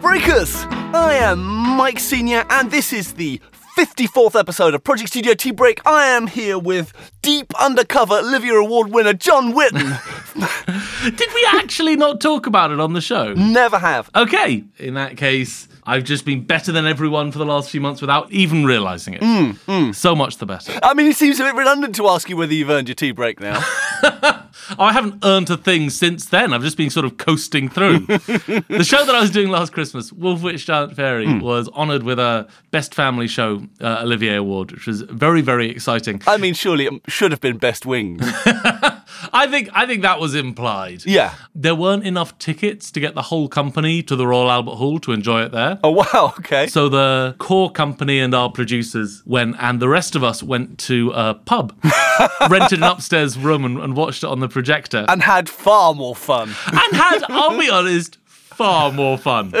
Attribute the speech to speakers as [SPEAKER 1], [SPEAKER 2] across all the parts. [SPEAKER 1] Freakers! I am Mike Senior, and this is the 54th episode of Project Studio Tea Break. I am here with deep undercover Olivia Award winner John Whitten.
[SPEAKER 2] Did we actually not talk about it on the show?
[SPEAKER 1] Never have.
[SPEAKER 2] Okay, in that case, I've just been better than everyone for the last few months without even realizing it. So much the better.
[SPEAKER 1] I mean, it seems a bit redundant to ask you whether you've earned your tea break now.
[SPEAKER 2] Oh, I haven't earned a thing since then. I've just been sort of coasting through. the show that I was doing last Christmas, Wolf Witch Giant Fairy, was honoured with a Best Family Show uh, Olivier Award, which was very, very exciting.
[SPEAKER 1] I mean, surely it should have been best wings.
[SPEAKER 2] I think I think that was implied.
[SPEAKER 1] Yeah.
[SPEAKER 2] There weren't enough tickets to get the whole company to the Royal Albert Hall to enjoy it there.
[SPEAKER 1] Oh, wow, okay.
[SPEAKER 2] So the core company and our producers went, and the rest of us went to a pub, rented an upstairs room, and, and watched it on the projector, and,
[SPEAKER 1] and had far more fun.
[SPEAKER 2] had, I'll be honest, far more fun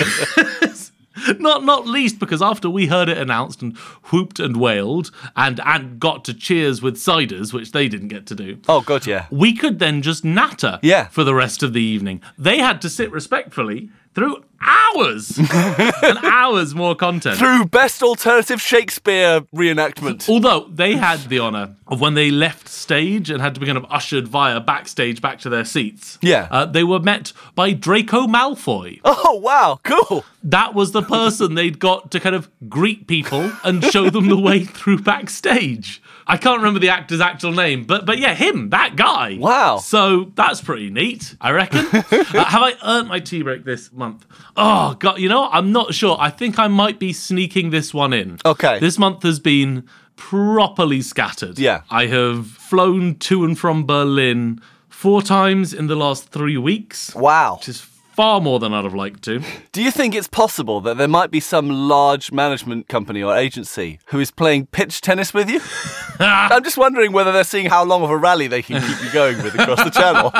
[SPEAKER 2] because. Not not least because after we heard it announced and whooped and wailed and and got to cheers with ciders, which they didn't get to do.
[SPEAKER 1] Oh, God, yeah.
[SPEAKER 2] We could then just natter
[SPEAKER 1] Yeah.
[SPEAKER 2] for the rest of the evening. They had to sit respectfully through hours and hours more content.
[SPEAKER 1] Through best alternative Shakespeare reenactment.
[SPEAKER 2] Although they had the honour of when they left stage and had to be kind of ushered via backstage back to their seats.
[SPEAKER 1] Yeah.
[SPEAKER 2] Uh, they were met by Draco Malfoy.
[SPEAKER 1] Oh, wow, cool.
[SPEAKER 2] That was the person they'd got to kind of greet people and show them the way through backstage. I can't remember the actor's actual name, but but yeah, him, that guy.
[SPEAKER 1] Wow.
[SPEAKER 2] So that's pretty neat, I reckon. Uh, have I earned my tea break this month? Oh god, you know, what? I'm not sure. I think I might be sneaking this one in.
[SPEAKER 1] Okay.
[SPEAKER 2] This month has been properly scattered.
[SPEAKER 1] Yeah.
[SPEAKER 2] I have flown to and from Berlin four times in the last 3 weeks,
[SPEAKER 1] Wow.
[SPEAKER 2] which is far more than I'd have liked to.
[SPEAKER 1] Do you think it's possible that there might be some large management company or agency who is playing pitch tennis with you? I'm just wondering whether they're seeing how long of a rally they can keep you going with across the channel.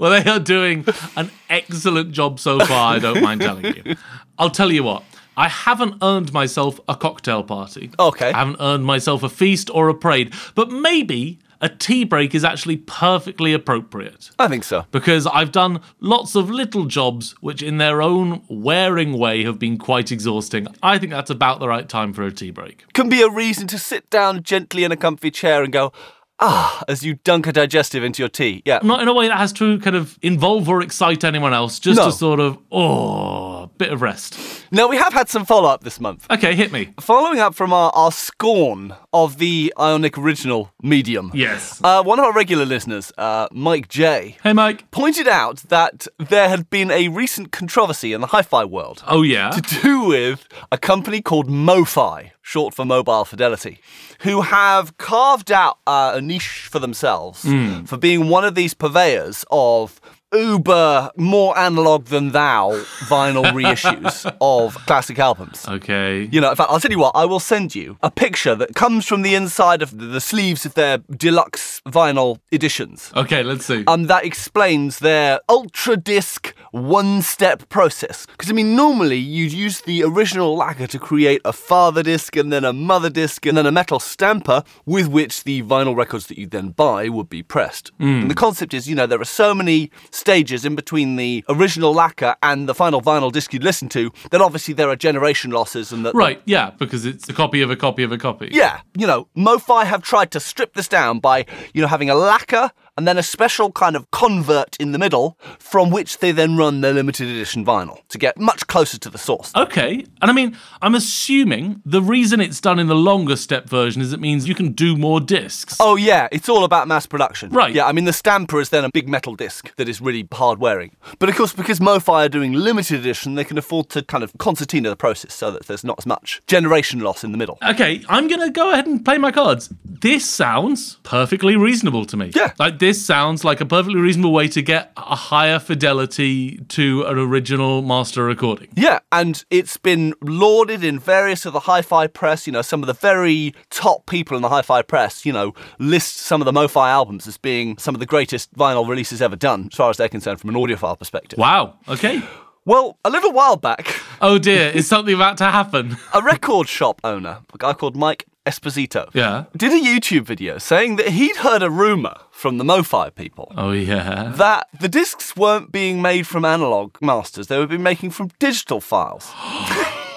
[SPEAKER 2] Well, they are doing an excellent job so far, I don't mind telling you. I'll tell you what, I haven't earned myself a cocktail party.
[SPEAKER 1] Okay.
[SPEAKER 2] I haven't earned myself a feast or a parade, but maybe a tea break is actually perfectly appropriate
[SPEAKER 1] I think so.
[SPEAKER 2] because I've done lots of little jobs which, in their own wearing way, have been quite exhausting. I think that's about the right time for a tea break.
[SPEAKER 1] Can be a reason to sit down gently in a comfy chair and go, ah, as you dunk a digestive into your tea. Yeah.
[SPEAKER 2] Not in a way that has to kind of involve or excite anyone else, just
[SPEAKER 1] No.
[SPEAKER 2] a sort of, oh, bit of rest.
[SPEAKER 1] Now, we have had some follow up this month.
[SPEAKER 2] Okay, hit me.
[SPEAKER 1] Following up from our, our scorn of the Ionic original medium.
[SPEAKER 2] Yes.
[SPEAKER 1] Uh, one of our regular listeners, uh, Mike J,
[SPEAKER 2] Hey, Mike.
[SPEAKER 1] pointed out that there had been a recent controversy in the hi fi world
[SPEAKER 2] Oh, yeah.
[SPEAKER 1] to do with a company called MoFi, short for Mobile Fidelity, who have carved out uh, a niche for themselves for being one of these purveyors of uber more analog than thou vinyl reissues of classic albums.
[SPEAKER 2] Okay.
[SPEAKER 1] You know, in fact, I'll tell you what, I will send you a picture that comes from the inside of the- the sleeves of their deluxe vinyl editions.
[SPEAKER 2] Okay, let's see.
[SPEAKER 1] Um, that explains their ultra disc one step process. Because, I mean, normally you'd use the original lacquer to create a father disc and then a mother disc and then a metal stamper with which the vinyl records that you then buy would be pressed. And the concept is, you know, there are so many stages in between the original lacquer and the final vinyl disc you'd listen to that obviously there are generation losses and that.
[SPEAKER 2] right, yeah, because it's a copy of a copy of a copy.
[SPEAKER 1] Yeah, you know, MoFi have tried to strip this down by, you know, having a lacquer and then a special kind of convert in the middle from which they then run their limited edition vinyl to get much closer to the source.
[SPEAKER 2] Okay. And I mean, I'm assuming the reason it's done in the longer step version is it means you can do more discs.
[SPEAKER 1] Oh yeah, it's all about mass production.
[SPEAKER 2] Right.
[SPEAKER 1] Yeah, I mean the stamper is then a big metal disc that is really hard wearing. But of course, because MoFi are doing limited edition, they can afford to kind of concertina the process so that there's not as much generation loss in the middle.
[SPEAKER 2] Okay, I'm going to go ahead and play my cards. This sounds perfectly reasonable to me.
[SPEAKER 1] Yeah.
[SPEAKER 2] Like, this sounds like a perfectly reasonable way to get a higher fidelity to an original master recording.
[SPEAKER 1] Yeah, and it's been lauded in various of the hi fi press. You know, some of the very top people in the hi fi press, you know, list some of the MoFi albums as being some of the greatest vinyl releases ever done, as far as they're concerned, from an audiophile perspective.
[SPEAKER 2] Wow. Okay.
[SPEAKER 1] Well, a little while back,
[SPEAKER 2] Oh dear, is something about to happen?
[SPEAKER 1] a record shop owner, a guy called Mike Esposito.
[SPEAKER 2] Yeah.
[SPEAKER 1] Did a YouTube video saying that he'd heard a rumor from the MoFi people
[SPEAKER 2] Oh yeah.
[SPEAKER 1] that the discs weren't being made from analog masters, they were being making from digital files.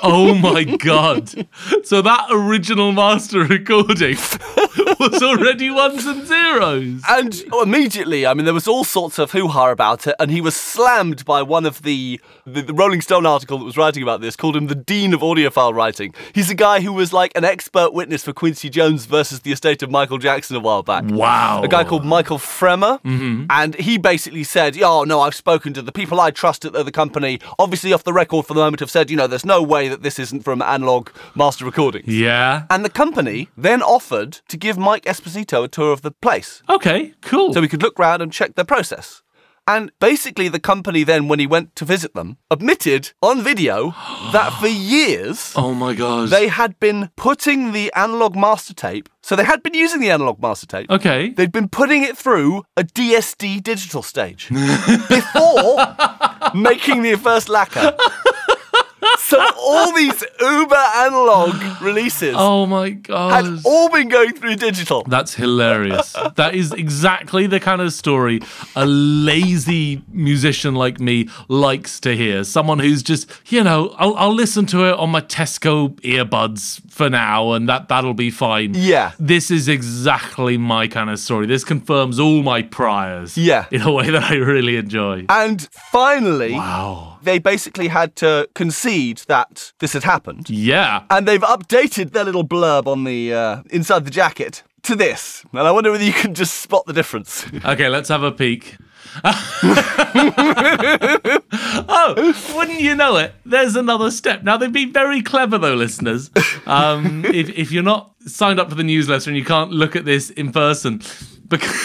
[SPEAKER 2] Oh my god. So that original master recording was already ones and zeros.
[SPEAKER 1] And immediately, I mean, there was all sorts of hoo-ha about it, and he was slammed by one of the, the the Rolling Stone article that was writing about this, called him the dean of audiophile writing. He's a guy who was like an expert witness for Quincy Jones versus the estate of Michael Jackson a while back.
[SPEAKER 2] Wow.
[SPEAKER 1] A guy called Michael Fremer, and he basically said, "Oh no, I've spoken to the people I trust at the the company. Obviously, off the record for the moment, have said, you know, there's no way that this isn't from analog master recordings."
[SPEAKER 2] Yeah.
[SPEAKER 1] And the company then offered to give Mike Esposito a tour of the place
[SPEAKER 2] Okay, cool.
[SPEAKER 1] so we could look round and check their process. And basically, the company then, when he went to visit them, admitted on video that for years
[SPEAKER 2] oh my god.
[SPEAKER 1] they had been putting the analog master tape. So they had been using the analog master tape.
[SPEAKER 2] okay.
[SPEAKER 1] They'd been putting it through a DSD digital stage before making the first lacquer. So all these uber analog releases
[SPEAKER 2] oh my
[SPEAKER 1] had
[SPEAKER 2] god.
[SPEAKER 1] all been going through digital.
[SPEAKER 2] That's hilarious. that is exactly the kind of story a lazy musician like me likes to hear. Someone who's just, you know, I'll, I'll listen to it on my Tesco earbuds for now, and that that'll be fine.
[SPEAKER 1] Yeah.
[SPEAKER 2] This is exactly my kind of story. This confirms all my priors.
[SPEAKER 1] Yeah.
[SPEAKER 2] In a way that I really enjoy.
[SPEAKER 1] And finally,
[SPEAKER 2] Wow.
[SPEAKER 1] they basically had to concede that this had happened.
[SPEAKER 2] Yeah.
[SPEAKER 1] And they've updated their little blurb on the uh, inside the jacket to this. And I wonder whether you can just spot the difference.
[SPEAKER 2] Okay, let's have a peek. oh, wouldn't you know it? There's another step. Now, they've been very clever, though, listeners. Um, if, if you're not signed up for the newsletter and you can't look at this in person, because,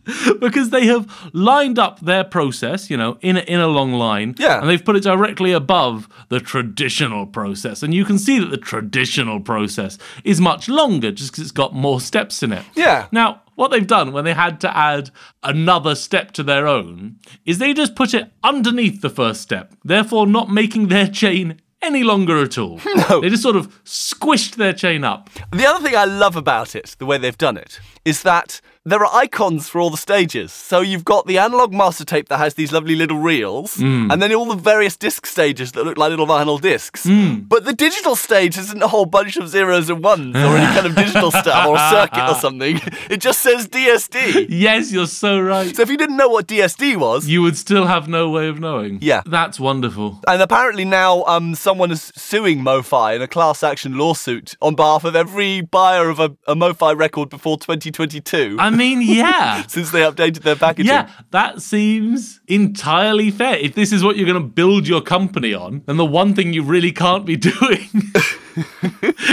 [SPEAKER 2] because they have lined up their process, you know, in a, in a long line.
[SPEAKER 1] Yeah.
[SPEAKER 2] And they've put it directly above the traditional process. And you can see that the traditional process is much longer just because it's got more steps in it.
[SPEAKER 1] Yeah.
[SPEAKER 2] Now, what they've done when they had to add another step to their own is they just put it underneath the first step, therefore not making their chain any longer at all. No. They just sort of squished their chain up.
[SPEAKER 1] the other thing I love about it, the way they've done it, is that there are icons for all the stages. So you've got the analog master tape that has these lovely little reels, and then all the various disc stages that look like little vinyl discs. But the digital stage isn't a whole bunch of zeros and ones or any kind of digital stuff or a circuit or something. It just says DSD.
[SPEAKER 2] Yes, you're so right.
[SPEAKER 1] So if you didn't know what DSD was,
[SPEAKER 2] You would still have no way of knowing.
[SPEAKER 1] Yeah.
[SPEAKER 2] That's wonderful.
[SPEAKER 1] and apparently now um, someone is suing MoFi in a class action lawsuit on behalf of every buyer of a, a MoFi record before 2022
[SPEAKER 2] I mean, yeah.
[SPEAKER 1] since they updated their packaging.
[SPEAKER 2] Yeah, that seems entirely fair. If this is what you're going to build your company on, then the one thing you really can't be doing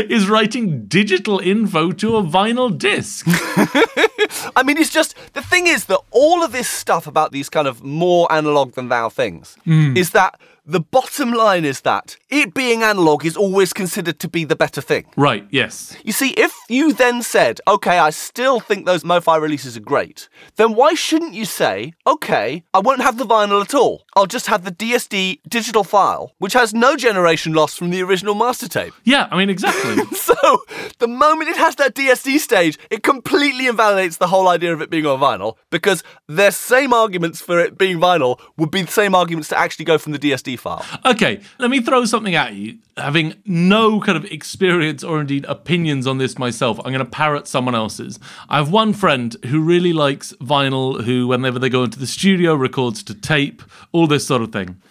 [SPEAKER 2] is writing digital info to a vinyl disc.
[SPEAKER 1] I mean, it's just the thing is that all of this stuff about these kind of more analog than thou things
[SPEAKER 2] Hmm.
[SPEAKER 1] is that the bottom line is that it being analog is always considered to be the better thing.
[SPEAKER 2] right, yes.
[SPEAKER 1] You see, if you then said, okay, I still think those MoFi releases are great, then why shouldn't you say, okay, I won't have the vinyl at all. I'll just have the DSD digital file, which has no generation loss from the original master tape.
[SPEAKER 2] Yeah, I mean, exactly.
[SPEAKER 1] So, the moment it has that DSD stage, it completely invalidates the whole idea of it being on vinyl because their same arguments for it being vinyl would be the same arguments to actually go from the DSD file.
[SPEAKER 2] okay, let me throw something at you. Having no kind of experience or indeed opinions on this myself, I'm going to parrot someone else's. I have one friend who really likes vinyl, who, whenever they go into the studio, records to tape, all this sort of thing.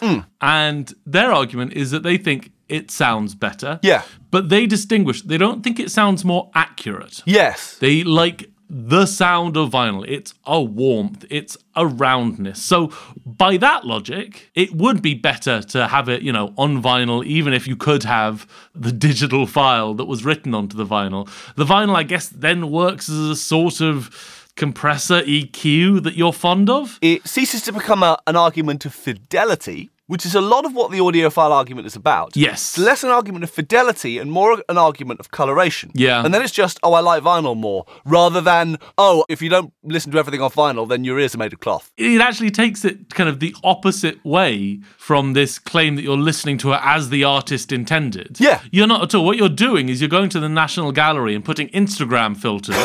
[SPEAKER 2] And their argument is that they think it sounds better.
[SPEAKER 1] Yeah.
[SPEAKER 2] But they distinguish, they don't think it sounds more accurate.
[SPEAKER 1] Yes.
[SPEAKER 2] They like the sound of vinyl. It's a warmth, it's a roundness. So, by that logic, it would be better to have it, you know, on vinyl, even if you could have the digital file that was written onto the vinyl. The vinyl, I guess, then works as a sort of compressor EQ that you're fond of.
[SPEAKER 1] It ceases to become a, an argument of fidelity which is a lot of what the audiophile argument is about.
[SPEAKER 2] Yes.
[SPEAKER 1] It's less an argument of fidelity and more an argument of coloration.
[SPEAKER 2] Yeah.
[SPEAKER 1] And then it's just, oh, I like vinyl more, rather than, oh, if you don't listen to everything on vinyl, then your ears are made of cloth.
[SPEAKER 2] it actually takes it kind of the opposite way from this claim that you're listening to it as the artist intended.
[SPEAKER 1] Yeah.
[SPEAKER 2] You're not at all. What you're doing is you're going to the National Gallery and putting Instagram filters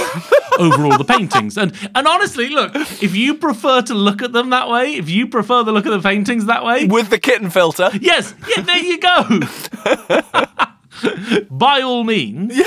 [SPEAKER 2] over all the paintings. And and honestly, look, if you prefer to look at them that way, if you prefer the look of the paintings that way,
[SPEAKER 1] With the kitten filter.
[SPEAKER 2] yes, yeah, there you go. By all means.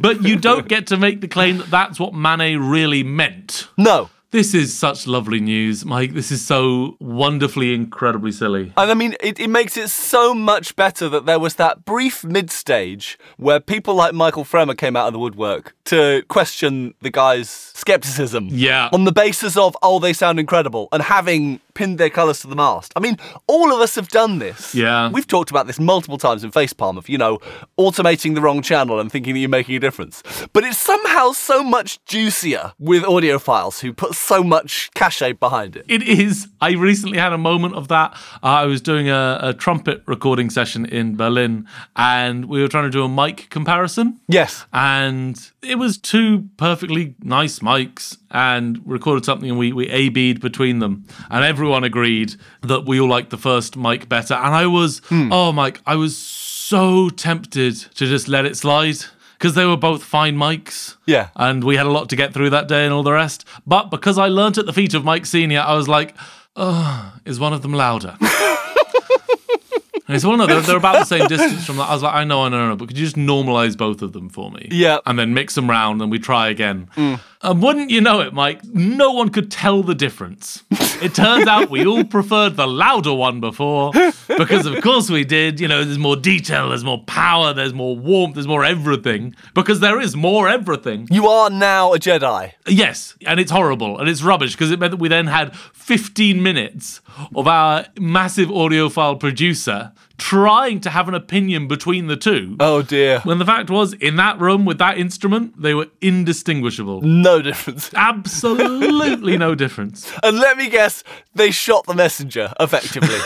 [SPEAKER 2] But you don't get to make the claim that that's what Manet really meant.
[SPEAKER 1] No.
[SPEAKER 2] This is such lovely news, Mike. This is so wonderfully, incredibly silly.
[SPEAKER 1] And I mean, it, it makes it so much better that there was that brief mid stage where people like Michael Fremer came out of the woodwork to question the guy's skepticism.
[SPEAKER 2] Yeah.
[SPEAKER 1] On the basis of, oh, they sound incredible, and having pinned their colours to the mast. I mean, all of us have done this.
[SPEAKER 2] Yeah.
[SPEAKER 1] We've talked about this multiple times in Facepalm of, you know, automating the wrong channel and thinking that you're making a difference. But it's somehow so much juicier with audiophiles who put so much cachet behind it.
[SPEAKER 2] It is. I recently had a moment of that. Uh, I was doing a, a trumpet recording session in Berlin, and we were trying to do a mic comparison.
[SPEAKER 1] Yes.
[SPEAKER 2] And it was two perfectly nice mics, and recorded something, and we we A B'd between them, and everyone agreed that we all liked the first mic better. And I was, oh, Mike, I was so tempted to just let it slide because they were both fine mics.
[SPEAKER 1] Yeah.
[SPEAKER 2] And we had a lot to get through that day and all the rest. But because I learnt at the feet of Mike Sr., I was like, oh, is one of them louder? and he said, well, no, they're, they're about the same distance from that. I was like, I know, I know, I know, but could you just normalize both of them for me?
[SPEAKER 1] Yeah.
[SPEAKER 2] And then mix them round and we try again. And wouldn't you know it, Mike, no one could tell the difference. It turns out we all preferred the louder one before because, of course, we did. You know, there's more detail, there's more power, there's more warmth, there's more everything because there is more everything.
[SPEAKER 1] You are now a Jedi.
[SPEAKER 2] Yes, and it's horrible and it's rubbish because it meant that we then had 15 minutes of our massive audiophile producer trying to have an opinion between the two.
[SPEAKER 1] Oh dear.
[SPEAKER 2] when the fact was, in that room with that instrument, they were indistinguishable.
[SPEAKER 1] No difference.
[SPEAKER 2] Absolutely no difference.
[SPEAKER 1] And let me guess, they shot the messenger, effectively.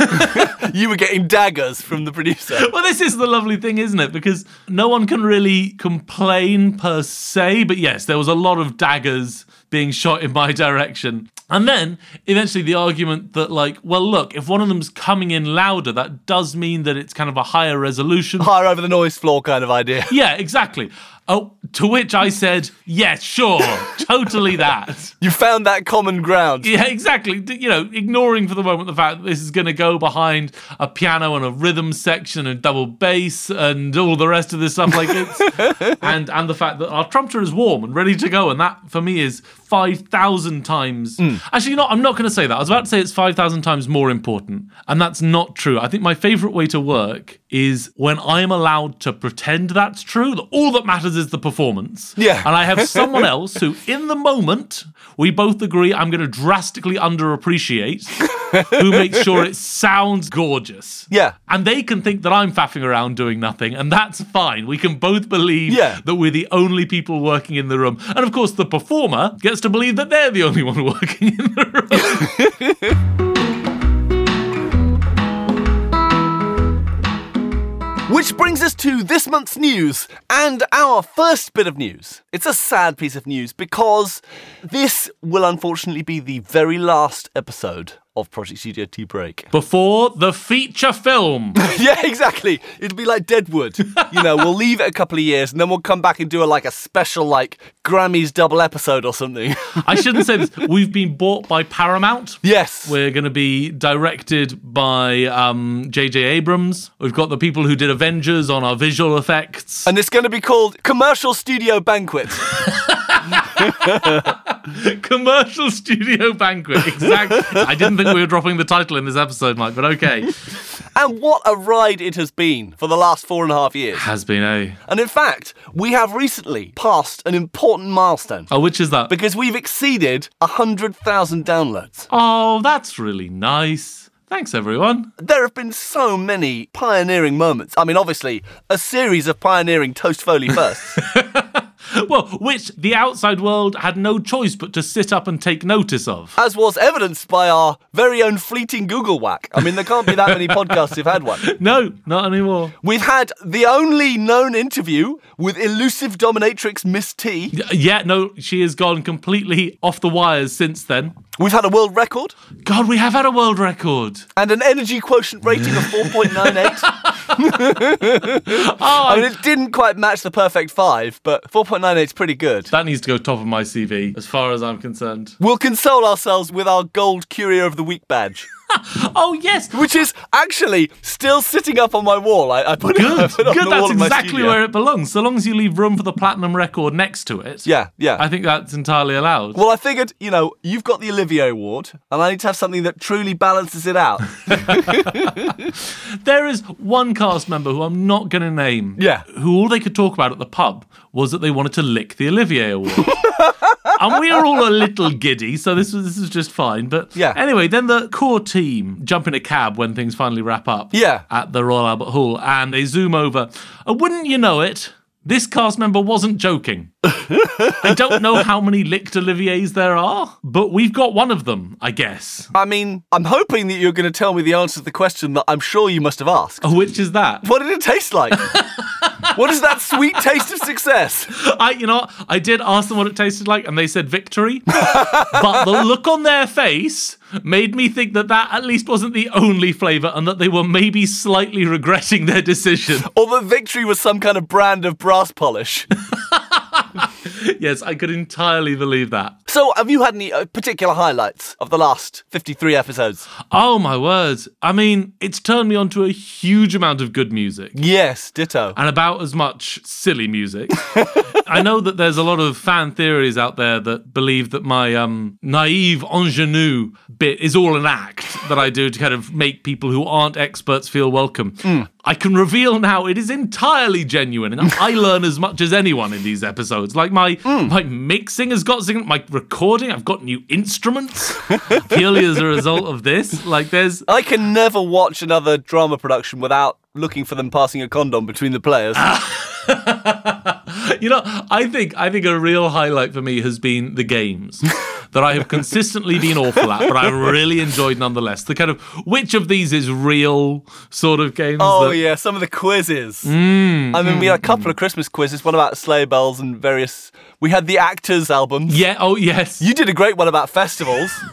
[SPEAKER 1] you were getting daggers from the producer.
[SPEAKER 2] Well, this is the lovely thing, isn't it? Because no one can really complain per se, but yes, there was a lot of daggers being shot in my direction. And then eventually the argument that, like, well, look, if one of them's coming in louder, that does mean that it's kind of a higher resolution.
[SPEAKER 1] Higher over the noise floor kind of idea.
[SPEAKER 2] Yeah, exactly. Oh, to which I said, yes, sure, totally that.
[SPEAKER 1] You found that common ground.
[SPEAKER 2] Yeah, exactly. D- You know, ignoring for the moment the fact that this is going to go behind a piano and a rhythm section and double bass and all the rest of this stuff like it's and and the fact that our trumpeter is warm and ready to go and that for me is 5000 times. Actually, you know, I'm not going to say that. I was about to say it's 5000 times more important, and that's not true. I think my favorite way to work is when I am allowed to pretend that's true, that all that matters is the performance.
[SPEAKER 1] Yeah.
[SPEAKER 2] And I have someone else who, in the moment, we both agree I'm going to drastically underappreciate, who makes sure it sounds gorgeous.
[SPEAKER 1] Yeah.
[SPEAKER 2] And they can think that I'm faffing around doing nothing, and that's fine. We can both believe
[SPEAKER 1] Yeah.
[SPEAKER 2] that we're the only people working in the room. And of course, the performer gets to believe that they're the only one working in the room.
[SPEAKER 1] Which brings us to this month's news and our first bit of news. It's a sad piece of news because this will unfortunately be the very last episode of Project Studio Tea Break.
[SPEAKER 2] Before the feature film.
[SPEAKER 1] yeah, exactly. It'll be like Deadwood. You know, we'll leave it a couple of years and then we'll come back and do a, like a special like Grammys double episode or something.
[SPEAKER 2] I shouldn't say this. We've been bought by Paramount.
[SPEAKER 1] yes.
[SPEAKER 2] We're going to be directed by um, J.J. Abrams. We've got the people who did Avengers on our visual effects.
[SPEAKER 1] and it's going to be called Commercial Studio Banquet.
[SPEAKER 2] Commercial Studio Banquet. Exactly. I didn't think we were dropping the title in this episode, Mike, but okay.
[SPEAKER 1] and what a ride it has been for the last four and a half years.
[SPEAKER 2] Has been eh? a.
[SPEAKER 1] And in fact, we have recently passed an important milestone
[SPEAKER 2] Oh, which is that?
[SPEAKER 1] because we've exceeded 100,000 downloads.
[SPEAKER 2] Oh, that's really nice. Thanks, everyone.
[SPEAKER 1] There have been so many pioneering moments. I mean, obviously, a series of pioneering Toast Foley firsts.
[SPEAKER 2] well, which the outside world had no choice but to sit up and take notice of.
[SPEAKER 1] As was evidenced by our very own fleeting Google whack. I mean, there can't be that many podcasts who've had one.
[SPEAKER 2] No, not anymore.
[SPEAKER 1] We've had the only known interview with elusive dominatrix Miss T.
[SPEAKER 2] Yeah, no, she has gone completely off the wires since then.
[SPEAKER 1] We've had a world record
[SPEAKER 2] God, we have had a world record.
[SPEAKER 1] and an energy quotient rating of 4.98.
[SPEAKER 2] Oh,
[SPEAKER 1] I
[SPEAKER 2] I-
[SPEAKER 1] mean, it didn't quite match the perfect five, but 4.98 is pretty good.
[SPEAKER 2] that needs to go top of my CV, as far as I'm concerned.
[SPEAKER 1] We'll console ourselves with our gold Courier of the Week badge,
[SPEAKER 2] Oh yes,
[SPEAKER 1] which is actually still sitting up on my wall. I, I put it, I
[SPEAKER 2] good,
[SPEAKER 1] put it on
[SPEAKER 2] good.
[SPEAKER 1] the wall
[SPEAKER 2] That's
[SPEAKER 1] of my
[SPEAKER 2] exactly
[SPEAKER 1] studio.
[SPEAKER 2] where it belongs. So long as you leave room for the platinum record next to it.
[SPEAKER 1] Yeah, yeah.
[SPEAKER 2] I think that's entirely allowed.
[SPEAKER 1] Well, I figured, you know, you've got the Olivier Award, and I need to have something that truly balances it out.
[SPEAKER 2] There is one cast member who I'm not going to name.
[SPEAKER 1] Yeah.
[SPEAKER 2] Who all they could talk about at the pub was that they wanted to lick the Olivier Award. and we are all a little giddy, so this was this is just fine. But
[SPEAKER 1] Yeah.
[SPEAKER 2] anyway, then the core team jump in a cab when things finally wrap up.
[SPEAKER 1] Yeah.
[SPEAKER 2] At the Royal Albert Hall, and they zoom over. And wouldn't you know it, this cast member wasn't joking. I don't know how many licked Oliviers there are, but we've got one of them, I guess.
[SPEAKER 1] I mean, I'm hoping that you're going to tell me the answer to the question that I'm sure you must have asked.
[SPEAKER 2] Which is that?
[SPEAKER 1] What did it taste like? what is that sweet taste of success?
[SPEAKER 2] I, you know, what? I did ask them what it tasted like, and they said victory. but the look on their face made me think that that at least wasn't the only flavour, and that they were maybe slightly regretting their decision.
[SPEAKER 1] Or that victory was some kind of brand of brass polish?
[SPEAKER 2] yes, I could entirely believe that.
[SPEAKER 1] so, have you had any uh, particular highlights of the last 53 episodes?
[SPEAKER 2] Oh my word! I mean, it's turned me onto a huge amount of good music.
[SPEAKER 1] Yes, ditto.
[SPEAKER 2] and about as much silly music. I know that there's a lot of fan theories out there that believe that my um, naive ingenue bit is all an act that I do to kind of make people who aren't experts feel welcome. I can reveal now it is entirely genuine, and I learn as much as anyone in these episodes. Like my my mixing has got significant- my recording. I've got new instruments purely as a result of this. Like there's
[SPEAKER 1] I can never watch another drama production without looking for them passing a condom between the players.
[SPEAKER 2] You know, I think I think a real highlight for me has been the games that I have consistently been awful at, but I really enjoyed nonetheless. The kind of which of these is real sort of games.
[SPEAKER 1] Oh
[SPEAKER 2] that,
[SPEAKER 1] yeah, some of the quizzes. I mean, we had a couple of Christmas quizzes. One about sleigh bells and various. We had the actors albums.
[SPEAKER 2] yeah. Oh yes.
[SPEAKER 1] You did a great one about festivals.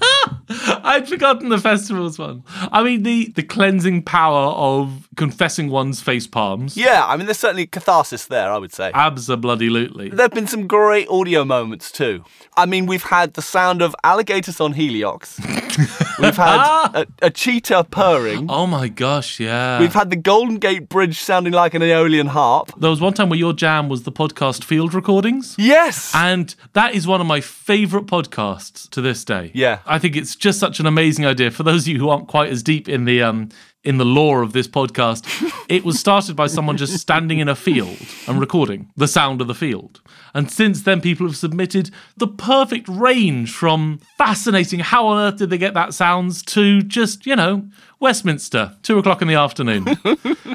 [SPEAKER 2] I'd forgotten the festivals one. I mean the the cleansing power of confessing one's face palms.
[SPEAKER 1] yeah, I mean, there's certainly catharsis there. I would say.
[SPEAKER 2] Absolutely.
[SPEAKER 1] there have been some great audio moments too. I mean, we've had the sound of alligators on Heliox. we've had a, a cheetah purring.
[SPEAKER 2] Oh my gosh, yeah.
[SPEAKER 1] We've had the Golden Gate Bridge sounding like an Aeolian harp.
[SPEAKER 2] there was one time where your jam was the podcast field recordings.
[SPEAKER 1] Yes.
[SPEAKER 2] And that is one of my favorite podcasts to this day.
[SPEAKER 1] Yeah.
[SPEAKER 2] I think it's just such an amazing idea. For those of you who aren't quite as deep in the um in the lore of this podcast, it was started by someone just standing in a field and recording the sound of the field. And since then people have submitted the perfect range from fascinating how on earth did they get that sounds to just, you know, Westminster, two o'clock in the afternoon.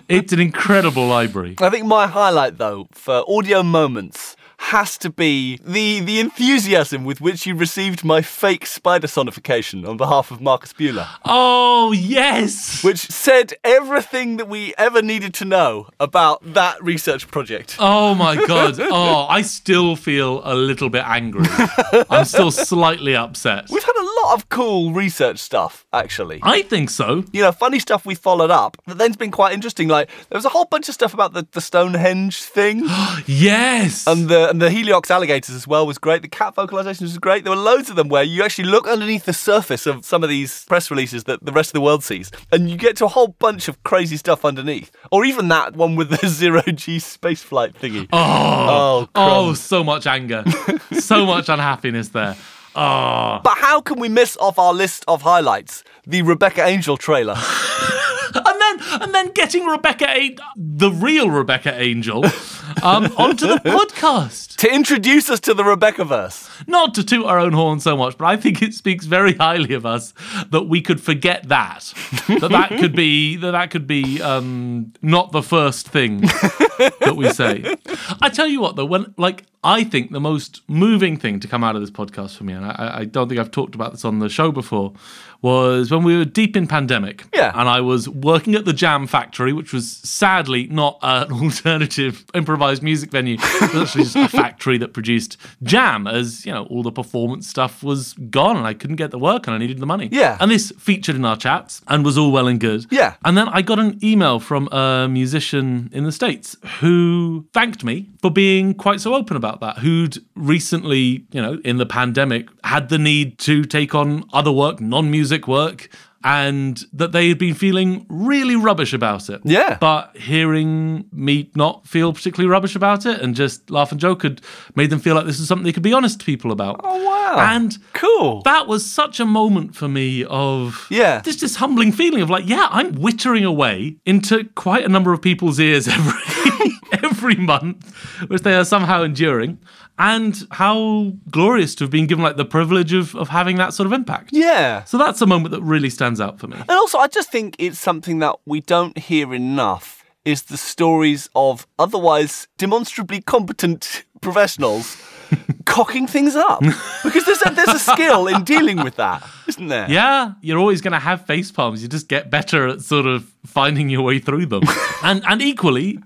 [SPEAKER 2] it's an incredible library.
[SPEAKER 1] I think my highlight though for audio moments has to be the the enthusiasm with which you received my fake spider sonification on behalf of Marcus Bueller,
[SPEAKER 2] Oh yes.
[SPEAKER 1] which said everything that we ever needed to know about that research project.
[SPEAKER 2] Oh my god. Oh, I still feel a little bit angry. I'm still slightly upset.
[SPEAKER 1] We've had a lot of cool research stuff, actually.
[SPEAKER 2] I think so.
[SPEAKER 1] You know, funny stuff we followed up that then's been quite interesting. Like there was a whole bunch of stuff about the, the Stonehenge thing.
[SPEAKER 2] Yes.
[SPEAKER 1] And the, and the Heliox alligators as well was great. The cat vocalizations was great. There were loads of them where you actually look underneath the surface of some of these press releases that the rest of the world sees, and you get to a whole bunch of crazy stuff underneath. Or even that one with the zero G spaceflight thingy. oh,
[SPEAKER 2] oh,
[SPEAKER 1] crumbs.
[SPEAKER 2] so much anger. so much unhappiness there. Oh.
[SPEAKER 1] But how can we miss off our list of highlights the Rebecca Angel trailer?
[SPEAKER 2] And then and then getting Rebecca A the real Rebecca Angel um onto the podcast.
[SPEAKER 1] to introduce us to the Rebecca verse.
[SPEAKER 2] Not to toot our own horn so much, but I think it speaks very highly of us that we could forget that. that that could be that that could be um, not the first thing that we say. I tell you what though, when like I think the most moving thing to come out of this podcast for me, and I, I don't think I've talked about this on the show before, was when we were deep in pandemic.
[SPEAKER 1] Yeah.
[SPEAKER 2] And I was working at the Jam Factory, which was sadly not an alternative improvised music venue. It was actually just a factory that produced jam, as you know, all the performance stuff was gone, and I couldn't get the work, and I needed the money.
[SPEAKER 1] Yeah.
[SPEAKER 2] And this featured in our chats, and was all well and good.
[SPEAKER 1] Yeah.
[SPEAKER 2] And then I got an email from a musician in the States who thanked me for being quite so open about that, who'd recently, you know, in the pandemic, had the need to take on other work, non music work. And that they had been feeling really rubbish about it.
[SPEAKER 1] Yeah.
[SPEAKER 2] But hearing me not feel particularly rubbish about it and just laugh and joke had made them feel like this is something they could be honest to people about.
[SPEAKER 1] Oh, wow.
[SPEAKER 2] And
[SPEAKER 1] Cool.
[SPEAKER 2] that was such a moment for me of
[SPEAKER 1] Yeah.
[SPEAKER 2] just this humbling feeling of like yeah i'm wittering away into quite a number of people's ears every every month which they are somehow enduring and how glorious to have been given like the privilege of, of having that sort of impact
[SPEAKER 1] yeah.
[SPEAKER 2] so that's a moment that really stands out for me
[SPEAKER 1] And also, I just think it's something that we don't hear enough is the stories of otherwise demonstrably competent professionals cocking things up. Because there's a, there's a skill in dealing with that, isn't there?
[SPEAKER 2] Yeah, you're always going to have face palms. You just get better at sort of finding your way through them. and and equally,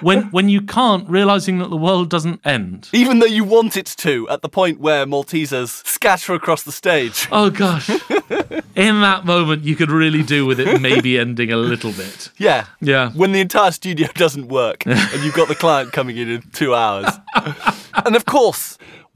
[SPEAKER 2] when when you can't, realizing that the world doesn't end.
[SPEAKER 1] Even though you want it to, at the point where Maltesers scatter across the stage.
[SPEAKER 2] Oh gosh. In that moment, you could really do with it maybe ending a little bit.
[SPEAKER 1] Yeah.
[SPEAKER 2] Yeah.
[SPEAKER 1] When the entire studio doesn't work and you've got the client coming in in two hours. and of course,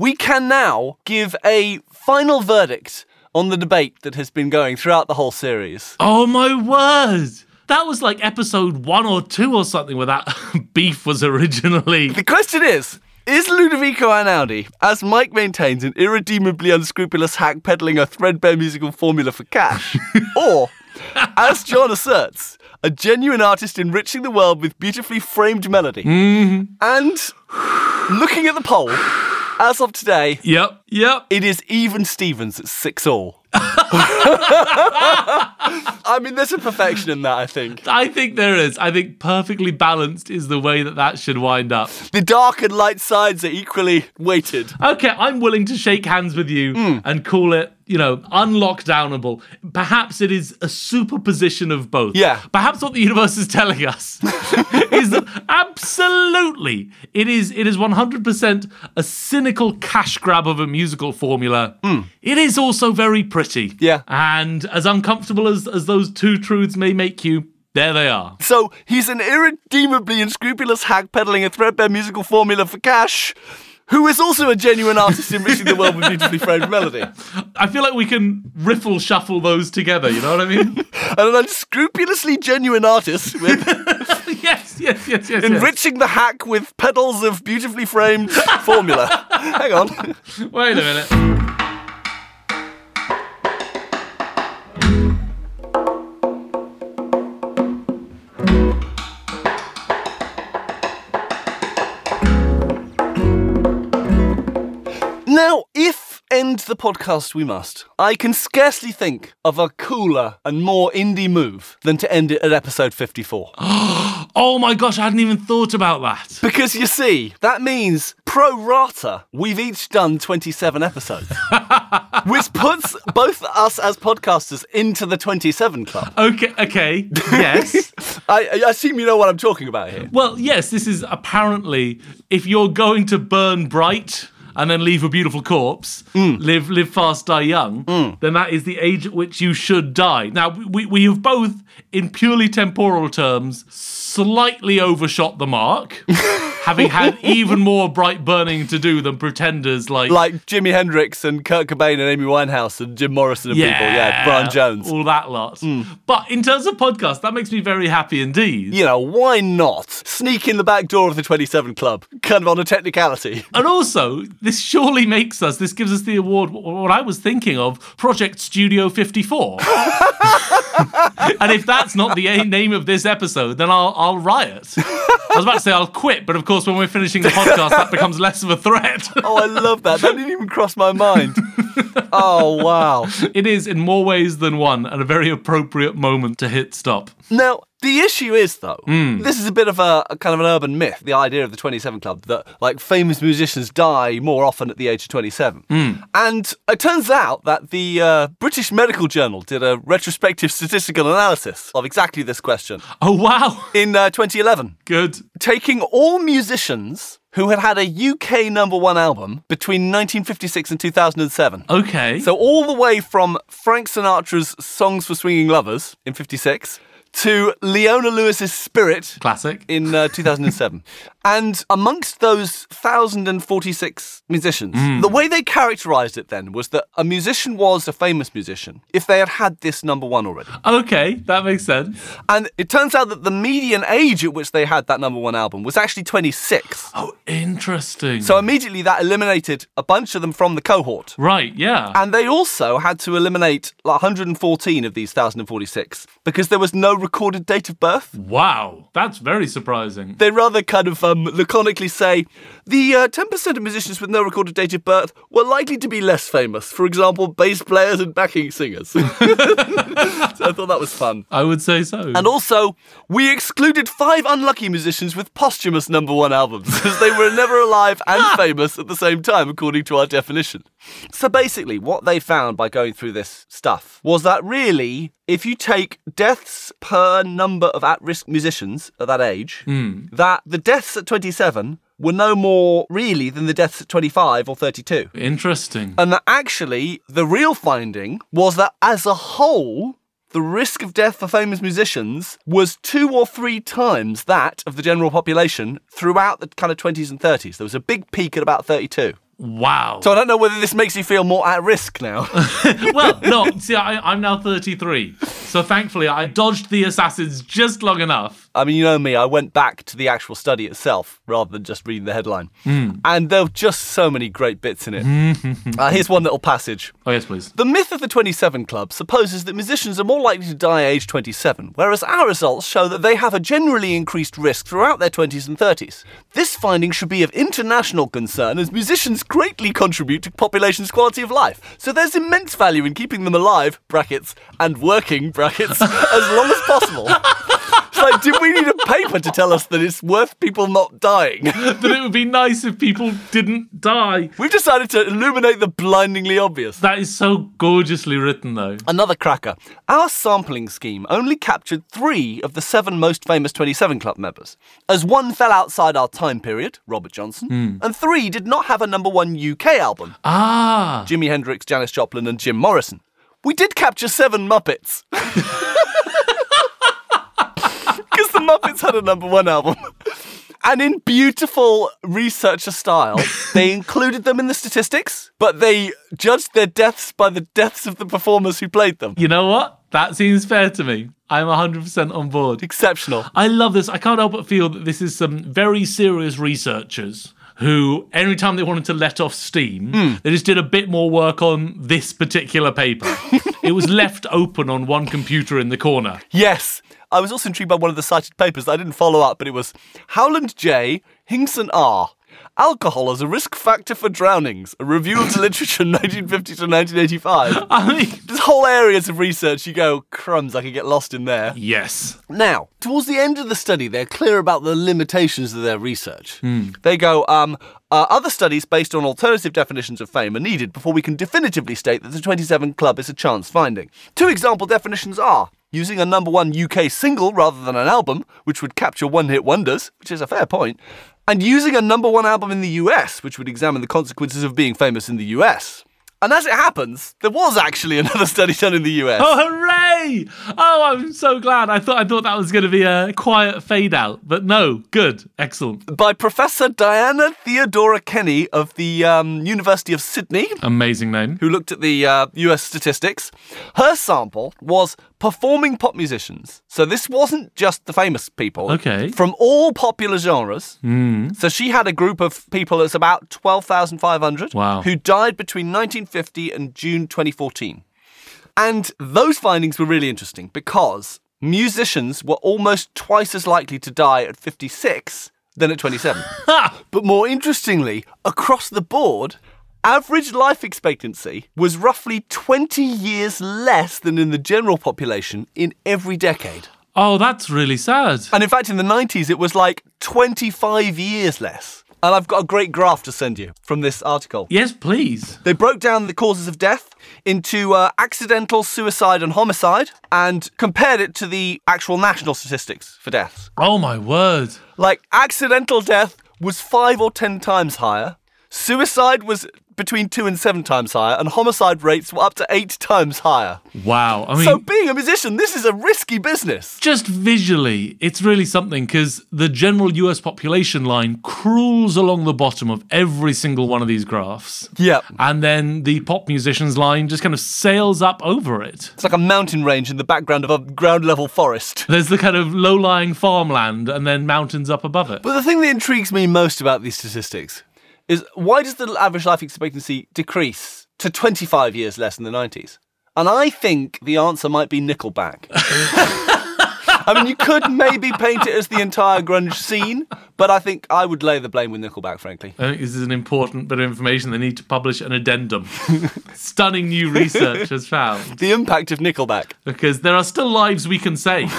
[SPEAKER 1] we can now give a final verdict on the debate that has been going throughout the whole series.
[SPEAKER 2] Oh my word. That was like episode one or two or something where that beef was originally.
[SPEAKER 1] The question is. Is Ludovico Einaudi, as Mike maintains, an irredeemably unscrupulous hack peddling a threadbare musical formula for cash? or, as John asserts, a genuine artist enriching the world with beautifully framed melody? And, looking at the poll, as of today,
[SPEAKER 2] Yep, yep.
[SPEAKER 1] It is even Stevens at six all. I mean, there's a perfection in that, I think.
[SPEAKER 2] I think there is. I think perfectly balanced is the way that that should wind up.
[SPEAKER 1] The dark and light sides are equally weighted.
[SPEAKER 2] Okay, I'm willing to shake hands with you
[SPEAKER 1] Hmm.
[SPEAKER 2] and call it, you know, unlockdownable. Perhaps it is a superposition of both.
[SPEAKER 1] Yeah.
[SPEAKER 2] Perhaps what the universe is telling us is that absolutely it is it is 100% a cynical cash grab of a musical formula. It is also very pretty.
[SPEAKER 1] Hmm. Yeah.
[SPEAKER 2] And as uncomfortable as as those two truths may make you, there they are.
[SPEAKER 1] So he's an irredeemably unscrupulous hack peddling a threadbare musical formula for cash, who is also a genuine artist enriching the world with beautifully framed melody. And
[SPEAKER 2] I feel like we can riffle shuffle those together, you know what I mean?
[SPEAKER 1] an unscrupulously genuine artist with
[SPEAKER 2] yes, yes, yes, yes. yes.
[SPEAKER 1] enriching the hack with pedals of beautifully framed formula. Hang on.
[SPEAKER 2] Wait a minute.
[SPEAKER 1] Now, if end the podcast we must, I can scarcely think of a cooler and more indie move than to end it at episode 54.
[SPEAKER 2] Oh my gosh, I hadn't even thought about that.
[SPEAKER 1] Because you see, that means pro rata, we've each done 27 episodes, which puts both us as podcasters into the 27 club.
[SPEAKER 2] Okay, okay, yes.
[SPEAKER 1] I, I assume you know what I'm talking about here.
[SPEAKER 2] well, yes, this is apparently if you're going to burn bright and then leave a beautiful corpse,
[SPEAKER 1] Mm.
[SPEAKER 2] live live fast, die young, then that is the age at which you should die. Now, we, we have both, in purely temporal terms, slightly overshot the mark, having had even more bright burning to do than pretenders like.
[SPEAKER 1] Like Jimi Hendrix and Kurt Cobain and Amy Winehouse and Jim Morrison and people. Yeah, Brian Jones. Mm.
[SPEAKER 2] All that lot. But in terms of podcasts, that makes me very happy indeed.
[SPEAKER 1] You know, why not? Sneak in the back door of the 27 Club, kind of on a technicality.
[SPEAKER 2] And also, this surely makes us, this gives us the award, wh- what I was thinking of, Project Studio 54. and if that's not the a- name of this episode, then I'll, I'll riot. I was about to say I'll quit, but of course, when we're finishing the podcast, that becomes less of a threat.
[SPEAKER 1] Oh, I love that. That didn't even cross my mind. Oh, wow.
[SPEAKER 2] it is, in more ways than one, and a very appropriate moment to hit stop.
[SPEAKER 1] Now, the issue is, though, this is a bit of a, a kind of an urban myth, the idea of the 27 Club, that like famous musicians die more often at the age of 27. And it turns out that the uh, British Medical Journal did a retrospective statistical analysis of exactly this question
[SPEAKER 2] Oh, wow.
[SPEAKER 1] in uh, 2011.
[SPEAKER 2] Good.
[SPEAKER 1] taking all musicians who had had a UK number one album between 1956 and 2007.
[SPEAKER 2] Okay.
[SPEAKER 1] So all the way from Frank Sinatra's Songs for Swinging Lovers in 56 to Leona Lewis's Spirit
[SPEAKER 2] Classic.
[SPEAKER 1] in uh, 2007. and amongst those 1,046 musicians, the way they characterized it then was that a musician was a famous musician if they had had this number one already.
[SPEAKER 2] Okay, that makes sense.
[SPEAKER 1] And it turns out that the median age at which they had that number one album was actually 26.
[SPEAKER 2] Oh, interesting.
[SPEAKER 1] So immediately that eliminated a bunch of them from the cohort.
[SPEAKER 2] right, yeah.
[SPEAKER 1] And they also had to eliminate like 114 of these 1,046 because there was no recorded date of birth.
[SPEAKER 2] wow, that's very surprising.
[SPEAKER 1] They rather kind of um, laconically say the uh, 10% of musicians with no recorded date of birth were likely to be less famous, for example, bass players and backing singers. so I thought that was fun.
[SPEAKER 2] I would say so.
[SPEAKER 1] And also, we excluded five unlucky musicians with posthumous number one albums, as they were never alive and famous at the same time, according to our definition. So basically, what they found by going through this stuff was that really, if you take deaths per number of at risk musicians at that age, that the deaths at 27 were no more really than the deaths at 25 or 32.
[SPEAKER 2] interesting.
[SPEAKER 1] And that actually, the real finding was that as a whole, the risk of death for famous musicians was two or three times that of the general population throughout the kind of 20s and 30s. There was a big peak at about 32.
[SPEAKER 2] wow.
[SPEAKER 1] So I don't know whether this makes you feel more at risk now.
[SPEAKER 2] well, no, see, I, I'm now 33. So thankfully, I dodged the assassins just long enough.
[SPEAKER 1] I mean, you know me, I went back to the actual study itself rather than just reading the headline. And there were just so many great bits in it. uh, here's one little passage.
[SPEAKER 2] Oh, yes, please.
[SPEAKER 1] The myth of the 27 Club supposes that musicians are more likely to die aged 27, whereas our results show that they have a generally increased risk throughout their 20s and 30s. This finding should be of international concern as musicians greatly contribute to population's quality of life, so there's immense value in keeping them alive, brackets, and working, brackets, as long as possible. It's like, did we need a paper to tell us that it's worth people not dying?
[SPEAKER 2] That it would be nice if people didn't die.
[SPEAKER 1] We've decided to illuminate the blindingly obvious.
[SPEAKER 2] That is so gorgeously written, though.
[SPEAKER 1] Another cracker. Our sampling scheme only captured three of the seven most famous 27 Club members, as one fell outside our time period, Robert Johnson, and three did not have a number one UK album,
[SPEAKER 2] Ah,
[SPEAKER 1] Jimi Hendrix, Janis Joplin, and Jim Morrison. We did capture seven Muppets. Because the Muppets had a number one album. And in beautiful researcher style, they included them in the statistics, but they judged their deaths by the deaths of the performers who played them.
[SPEAKER 2] you know what? That seems fair to me. I'm 100% on board.
[SPEAKER 1] exceptional.
[SPEAKER 2] I love this. I can't help but feel that this is some very serious researchers who, every time they wanted to let off steam, they just did a bit more work on this particular paper. it was left open on one computer in the corner.
[SPEAKER 1] Yes. I was also intrigued by one of the cited papers that I didn't follow up, but it was Howland J. Hinkson R. Alcohol as a risk factor for drownings, a review of the literature 1950 to 1985.
[SPEAKER 2] I mean,
[SPEAKER 1] There's whole areas of research you go, crumbs, I could get lost in there.
[SPEAKER 2] yes.
[SPEAKER 1] Now, towards the end of the study, they're clear about the limitations of their research. They go, um, uh, other studies based on alternative definitions of fame are needed before we can definitively state that the 27 Club is a chance finding. Two example definitions are using a number one UK single rather than an album, which would capture one hit wonders, which is a fair point, and using a number one album in the US, which would examine the consequences of being famous in the US. And as it happens, there was actually another study done in the US.
[SPEAKER 2] Oh, hooray! Oh, I'm so glad. I thought I thought that was going to be a quiet fade out, but no. Good. Excellent.
[SPEAKER 1] by Professor Diana Theodora Kenny of the um, University of Sydney,
[SPEAKER 2] Amazing name.
[SPEAKER 1] who looked at the uh, US statistics. Her sample was performing pop musicians. So this wasn't just the famous people.
[SPEAKER 2] Okay.
[SPEAKER 1] From all popular genres. So she had a group of people that's about 12,500
[SPEAKER 2] Wow.
[SPEAKER 1] who died between 1950 and June 2014. And those findings were really interesting because musicians were almost twice as likely to die at 56 than at 27. but more interestingly, across the board, average life expectancy was roughly 20 years less than in the general population in every decade.
[SPEAKER 2] Oh, that's really sad.
[SPEAKER 1] And in fact, in the 90s, it was like 25 years less. And I've got a great graph to send you from this article.
[SPEAKER 2] Yes, please.
[SPEAKER 1] They broke down the causes of death into uh, accidental, suicide, and homicide, and compared it to the actual national statistics for deaths.
[SPEAKER 2] Oh my word.
[SPEAKER 1] Like, accidental death was five or ten times higher, suicide was between two and seven times higher, and homicide rates were up to eight times higher.
[SPEAKER 2] Wow. I mean,
[SPEAKER 1] So, being a musician, this is a risky business.
[SPEAKER 2] just visually, it's really something because the general US population line crawls along the bottom of every single one of these graphs.
[SPEAKER 1] Yep.
[SPEAKER 2] And then the pop musicians line just kind of sails up over it.
[SPEAKER 1] It's like a mountain range in the background of a ground level forest.
[SPEAKER 2] There's the kind of low lying farmland and then mountains up above it.
[SPEAKER 1] But the thing that intrigues me most about these statistics is why does the average life expectancy decrease to 25 years less in the 90s? And I think the answer might be Nickelback. I mean, you could maybe paint it as the entire grunge scene, but I think I would lay the blame with Nickelback, frankly.
[SPEAKER 2] I think this is an important bit of information they need to publish an addendum. Stunning new research has found
[SPEAKER 1] The impact of Nickelback.
[SPEAKER 2] because there are still lives we can save.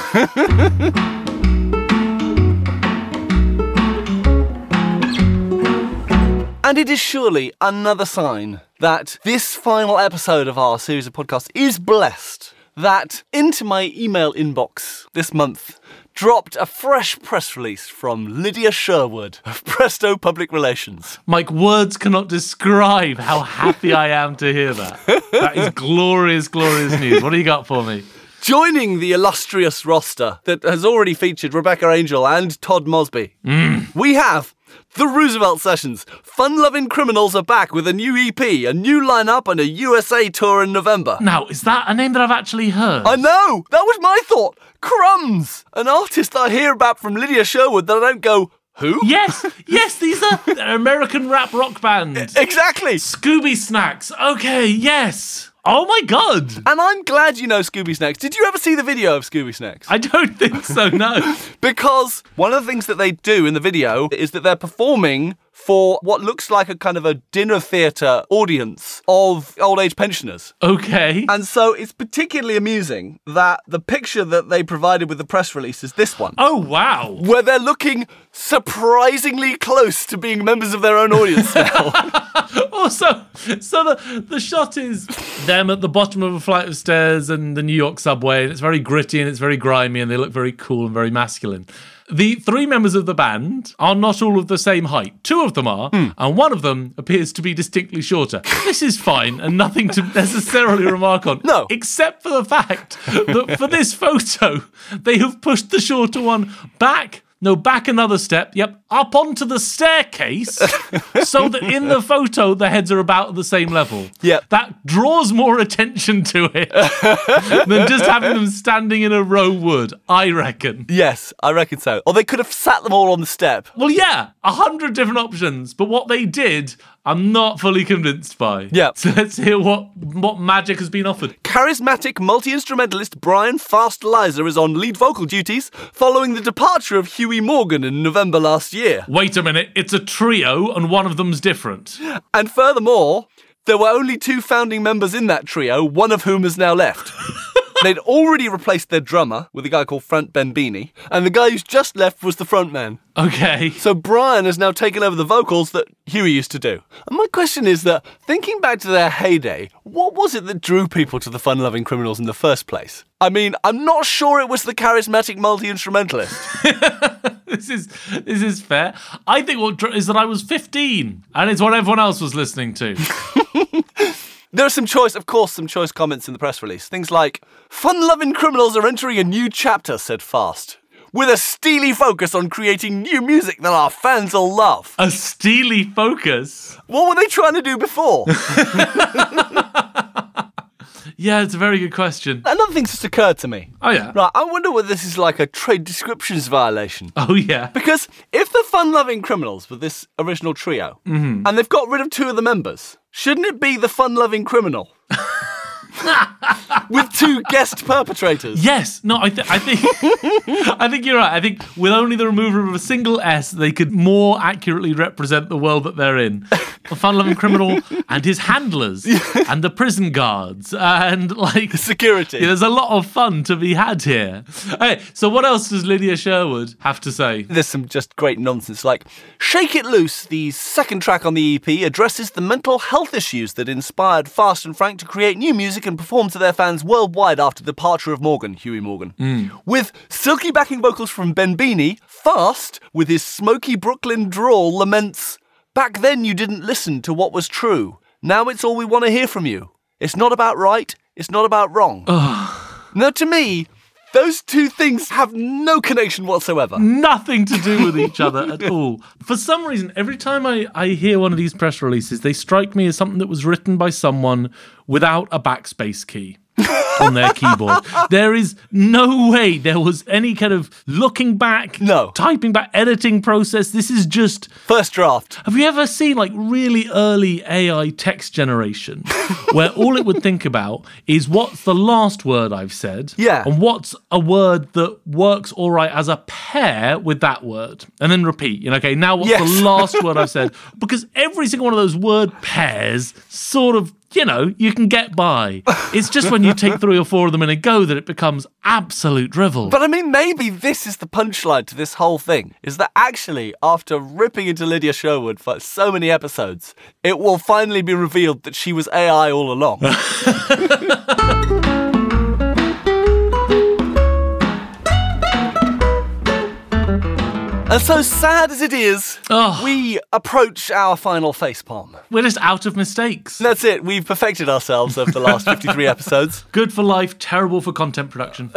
[SPEAKER 1] And it is surely another sign that this final episode of our series of podcasts is blessed. That into my email inbox this month dropped a fresh press release from Lydia Sherwood of Presto Public Relations.
[SPEAKER 2] Mike, words cannot describe how happy I am to hear that. That is glorious, glorious news. What do you got for me?
[SPEAKER 1] Joining the illustrious roster that has already featured Rebecca Angel and Todd Mosby, we have The Roosevelt Sessions. Fun loving criminals are back with a new EP, a new lineup, and a USA tour in November.
[SPEAKER 2] Now, is that a name that I've actually heard?
[SPEAKER 1] I know! Uh, That was my thought! Crumbs! An artist I hear about from Lydia Sherwood that I don't go, who?
[SPEAKER 2] yes, yes, these are they're American rap rock band.
[SPEAKER 1] Exactly!
[SPEAKER 2] Scooby Snacks. Okay, yes. Oh my god.
[SPEAKER 1] And I'm glad you know Scooby Snacks. Did you ever see the video of Scooby Snacks?
[SPEAKER 2] I don't think so, no.
[SPEAKER 1] Because one of the things that they do in the video is that they're performing for what looks like a kind of a dinner theatre audience of old age pensioners.
[SPEAKER 2] Okay.
[SPEAKER 1] And so it's particularly amusing that the picture that they provided with the press release is this one.
[SPEAKER 2] Oh wow.
[SPEAKER 1] where they're looking surprisingly close to being members of their own audience now.
[SPEAKER 2] Also, so the, the shot is them at the bottom of a flight of stairs and the New York subway, and it's very gritty and it's very grimy, and they look very cool and very masculine. The three members of the band are not all of the same height. Two of them are, and one of them appears to be distinctly shorter. This is fine and nothing to necessarily remark on.
[SPEAKER 1] No.
[SPEAKER 2] Except for the fact that for this photo, they have pushed the shorter one back. No, back another step. Yep, up onto the staircase so that in the photo the heads are about the same level.
[SPEAKER 1] Yep.
[SPEAKER 2] That draws more attention to it than just having them standing in a row would, I reckon.
[SPEAKER 1] yes, I reckon so. Or they could have sat them all on the step.
[SPEAKER 2] Well, yeah, a hundred different options, but what they did, I'm not fully convinced by.
[SPEAKER 1] Yep.
[SPEAKER 2] So let's hear what what magic has been offered.
[SPEAKER 1] Charismatic multi instrumentalist Brian Fast Lizer is on lead vocal duties following the departure of Huey Morgan in November last year.
[SPEAKER 2] Wait a minute, it's a trio and one of them's different.
[SPEAKER 1] And furthermore, there were only two founding members in that trio, one of whom has now left. They'd already replaced their drummer with a guy called Frank Bembini, and the guy who's just left was the frontman.
[SPEAKER 2] Okay.
[SPEAKER 1] So Brian has now taken over the vocals that Huey used to do. And my question is that, thinking back to their heyday, what was it that drew people to the fun loving criminals in the first place? I mean, I'm not sure it was the charismatic multi instrumentalist.
[SPEAKER 2] this is this is fair. I think what dr- is that I was 15, and it's what everyone else was listening to.
[SPEAKER 1] There are some choice, of course, some choice comments in the press release. Things like, fun loving criminals are entering a new chapter, said Fast, with a steely focus on creating new music that our fans will love.
[SPEAKER 2] a steely focus.
[SPEAKER 1] What were they trying to do before?
[SPEAKER 2] Yeah, it's a very good question.
[SPEAKER 1] Another thing's just occurred to me.
[SPEAKER 2] Oh yeah.
[SPEAKER 1] Right, I wonder whether this is like a trade descriptions violation.
[SPEAKER 2] Oh yeah.
[SPEAKER 1] Because if the fun loving criminals were this original trio and they've got rid of two of the members, shouldn't it be the fun loving criminal? with two guest perpetrators.
[SPEAKER 2] Yes. No, I, th- I think I think you're right. I think with only the removal of a single S, they could more accurately represent the world that they're in. The fun loving criminal and his handlers and the prison guards and like
[SPEAKER 1] Security.
[SPEAKER 2] yeah, there's a lot of fun to be had here. Okay, so what else does Lydia Sherwood have to say?
[SPEAKER 1] There's some just great nonsense like Shake It Loose, the second track on the EP, addresses the mental health issues that inspired Fast and Frank to create new music and perform to their fans worldwide after the departure of Morgan, Huey Morgan. With silky backing vocals from Ben Beanie, Fast, with his smoky Brooklyn drawl, laments Back then you didn't listen to what was true. Now it's all we want to hear from you. It's not about right, it's not about wrong. Now, to me, those two things have no connection whatsoever.
[SPEAKER 2] Nothing to do with each other at all. For some reason, every time I, I hear one of these press releases, they strike me as something that was written by someone without a backspace key. on their keyboard. There is no way there was any kind of looking back,
[SPEAKER 1] No.
[SPEAKER 2] typing back, editing process. This is just
[SPEAKER 1] First draft.
[SPEAKER 2] Have you ever seen like really early AI text generation where all it would think about is what's the last word I've said?
[SPEAKER 1] Yeah.
[SPEAKER 2] And what's a word that works all right as a pair with that word? And then repeat. You know, okay, now what's
[SPEAKER 1] Yes.
[SPEAKER 2] the last word I've said? Because every single one of those word pairs sort of you know, you can get by. It's just when you take three or four of them in a go that it becomes absolute drivel.
[SPEAKER 1] But I mean, maybe this is the punchline to this whole thing is that actually, after ripping into Lydia Sherwood for so many episodes, it will finally be revealed that she was AI all along. And so sad as it is,
[SPEAKER 2] Ugh.
[SPEAKER 1] we approach our final facepalm.
[SPEAKER 2] We're just out of mistakes.
[SPEAKER 1] That's it. We've perfected ourselves over the last 53 episodes.
[SPEAKER 2] Good for life, terrible for content production.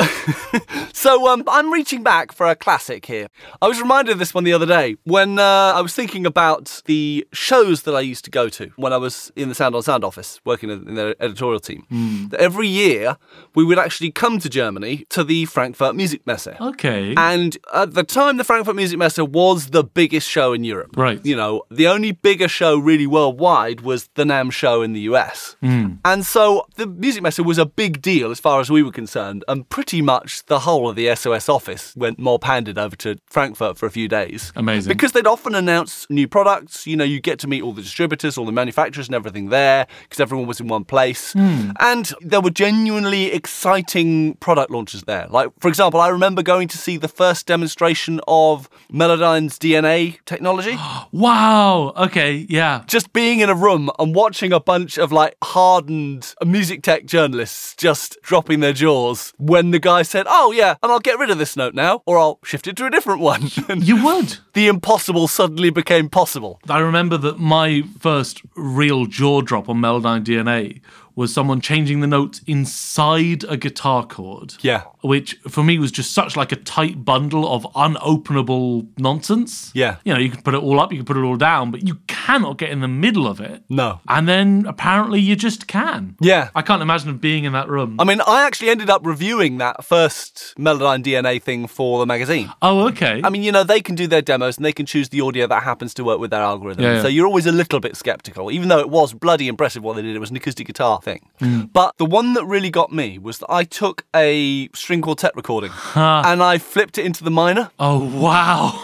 [SPEAKER 1] So um, I'm reaching back for a classic here. I was reminded of this one the other day when uh, I was thinking about the shows that I used to go to when I was in the Sound on Sound office working in their editorial team. That Every year we would actually come to Germany to the Frankfurt Music Messe.
[SPEAKER 2] Okay.
[SPEAKER 1] And at the time, the Frankfurt Music Messe was the biggest show in Europe.
[SPEAKER 2] Right.
[SPEAKER 1] You know, the only bigger show really worldwide was the NAM show in the US. And so the Music Messe was a big deal as far as we were concerned. And pretty much the whole of the SOS office went more panded over to Frankfurt for a few days.
[SPEAKER 2] Amazing.
[SPEAKER 1] Because they'd often announce new products. You know, you get to meet all the distributors, all the manufacturers, and everything there because everyone was in one place.
[SPEAKER 2] Hmm.
[SPEAKER 1] And there were genuinely exciting product launches there. Like, for example, I remember going to see the first demonstration of Melodyne's DNA technology.
[SPEAKER 2] Wow. Okay. Yeah.
[SPEAKER 1] just being in a room and watching a bunch of like hardened music tech journalists just dropping their jaws when the guy said, Oh, yeah, and I'll get rid of this note now, or I'll shift it to a different one. And
[SPEAKER 2] You would.
[SPEAKER 1] the impossible suddenly became possible.
[SPEAKER 2] I remember that my first real jaw drop on Melodyne DNA was someone changing the notes inside a guitar chord.
[SPEAKER 1] Yeah.
[SPEAKER 2] Which for me was just such like a tight bundle of unopenable nonsense.
[SPEAKER 1] Yeah.
[SPEAKER 2] You know, you can put it all up, you can put it all down, but you cannot get in the middle of it.
[SPEAKER 1] No.
[SPEAKER 2] And then apparently you just can.
[SPEAKER 1] Yeah.
[SPEAKER 2] I can't imagine being in that room.
[SPEAKER 1] I mean, I actually ended up reviewing that first Melodyne DNA thing for the magazine.
[SPEAKER 2] oh, okay.
[SPEAKER 1] I mean, you know, they can do their demos and they can choose the audio that happens to work with their algorithm.
[SPEAKER 2] Yeah, yeah.
[SPEAKER 1] So you're always a little bit skeptical, even though it was bloody impressive what they did. It was an acoustic guitar thing.
[SPEAKER 2] Mm.
[SPEAKER 1] But the one that really got me was that I took a string quartet recording and I flipped it into the minor.
[SPEAKER 2] oh, wow.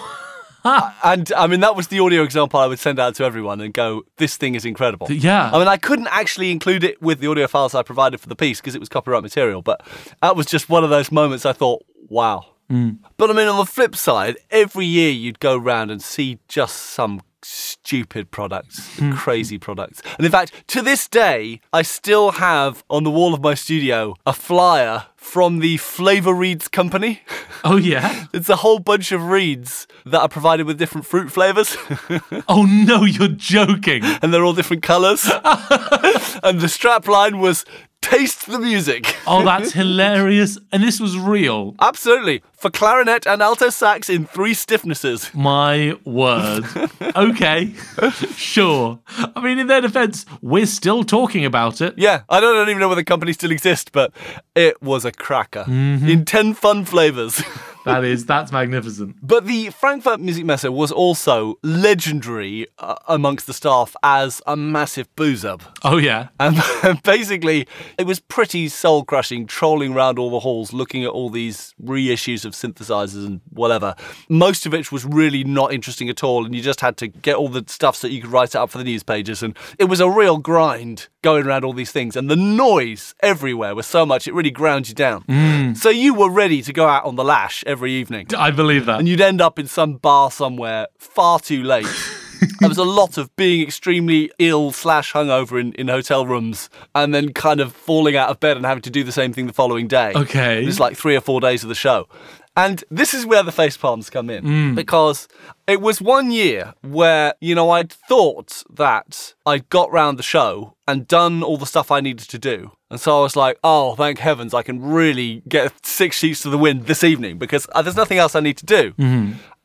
[SPEAKER 1] And I mean, that was the audio example I would send out to everyone and go, this thing is incredible.
[SPEAKER 2] yeah.
[SPEAKER 1] I mean, I couldn't actually include it with the audio files I provided for the piece because it was copyright material, but that was just one of those moments I thought, wow. But I mean, on the flip side, every year you'd go round and see just some stupid products, crazy products. And in fact, to this day, I still have on the wall of my studio a flyer from the Flavor Reeds Company.
[SPEAKER 2] Oh, yeah.
[SPEAKER 1] It's a whole bunch of reeds that are provided with different fruit flavors,
[SPEAKER 2] Oh, no, you're joking.
[SPEAKER 1] and they're all different colors. and the strap line was taste the music.
[SPEAKER 2] Oh, that's hilarious. And this was real.
[SPEAKER 1] Absolutely. For clarinet and alto sax in three stiffnesses.
[SPEAKER 2] My word. Okay. Sure. I mean, in their defense, we're still talking about it.
[SPEAKER 1] Yeah, I don't, I Mm-hmm. don't even know whether the company still exists, but it was a cracker in 10 fun flavors.
[SPEAKER 2] That is that's magnificent.
[SPEAKER 1] But the Frankfurt Musikmesse was also legendary uh, amongst the staff as a massive booze up.
[SPEAKER 2] Oh yeah.
[SPEAKER 1] And Um, basically, it was pretty soul crushing trolling around all the halls looking at all these reissues of synthesizers and whatever. Most of which was really not interesting at all, and you just had to get all the stuff so you could write it up for the news pages. And it was a real grind going around all these things, and the noise everywhere was so much it really ground you down. So you were ready to go out on the lash every evening
[SPEAKER 2] I believe that.
[SPEAKER 1] and you'd end up in some bar somewhere far too late. there was a lot of being extremely ill slash hungover in, in hotel rooms and then kind of falling out of bed and having to do the same thing the following day.
[SPEAKER 2] Okay.
[SPEAKER 1] It was like three or four days of the show. And this is where the face palms come in
[SPEAKER 2] Mm.
[SPEAKER 1] because it was one year where, you know, I'd thought that I'd got round the show and done all the stuff I needed to do. And so I was like, oh, thank heavens, I can really get six sheets to the wind this evening because uh, there's nothing else I need to do.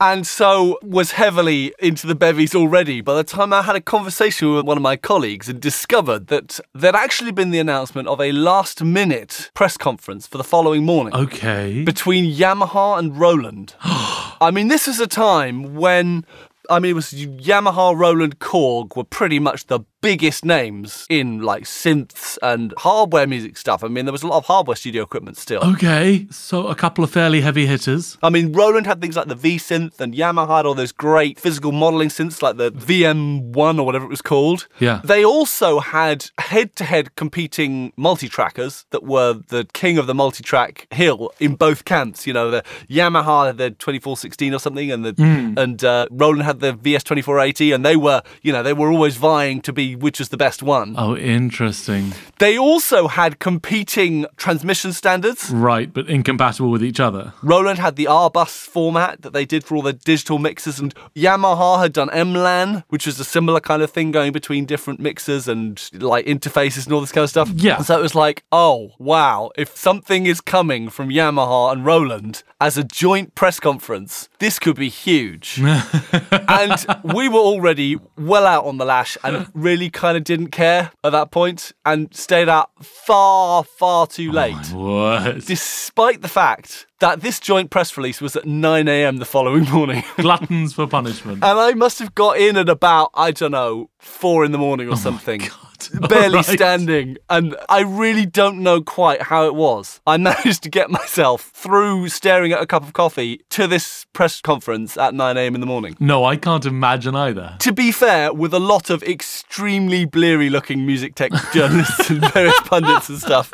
[SPEAKER 1] And so was heavily into the bevies already by the time I had a conversation with one of my colleagues and discovered that there'd actually been the announcement of a last minute press conference for the following morning
[SPEAKER 2] Oh. Okay.
[SPEAKER 1] between Yamaha and Roland. I mean, this is a time when. I mean, it was Yamaha, Roland, Korg were pretty much the biggest names in like synths and hardware music stuff. I mean, there was a lot of hardware studio equipment still.
[SPEAKER 2] okay. So a couple of fairly heavy hitters.
[SPEAKER 1] I mean, Roland had things like the V synth, and Yamaha had all those great physical modeling synths like the VM1 or whatever it was called.
[SPEAKER 2] Yeah.
[SPEAKER 1] They also had head to head competing multi trackers that were the king of the multi track hill in both camps. You know, the Yamaha had the 2416 or something, and the and uh, Roland had the VS2480, and they were, you know, they were always vying to be which was the best one.
[SPEAKER 2] Oh, interesting.
[SPEAKER 1] They also had competing transmission standards.
[SPEAKER 2] Right, but incompatible with each other.
[SPEAKER 1] Roland had the R bus format that they did for all the digital mixers, and Yamaha had done MLAN, which was a similar kind of thing going between different mixers and like interfaces and all this kind of stuff.
[SPEAKER 2] Yeah.
[SPEAKER 1] So it was like, oh, wow, if something is coming from Yamaha and Roland as a joint press conference, this could be huge. and we were already well out on the lash and really kind of didn't care at that point and stayed out far, far too late
[SPEAKER 2] What?
[SPEAKER 1] despite the fact that this joint press release was at 9 a.m. the following morning.
[SPEAKER 2] Gluttons for punishment.
[SPEAKER 1] and I must have got in at about, I don't know, four in the morning or something.
[SPEAKER 2] God.
[SPEAKER 1] Barely
[SPEAKER 2] Alright.
[SPEAKER 1] standing, and I really don't know quite how it was. I managed to get myself through staring at a cup of coffee to this press conference at 9 a.m. in the morning.
[SPEAKER 2] No, I can't imagine either.
[SPEAKER 1] To be fair, with a lot of extremely bleary looking music tech journalists and various pundits and stuff.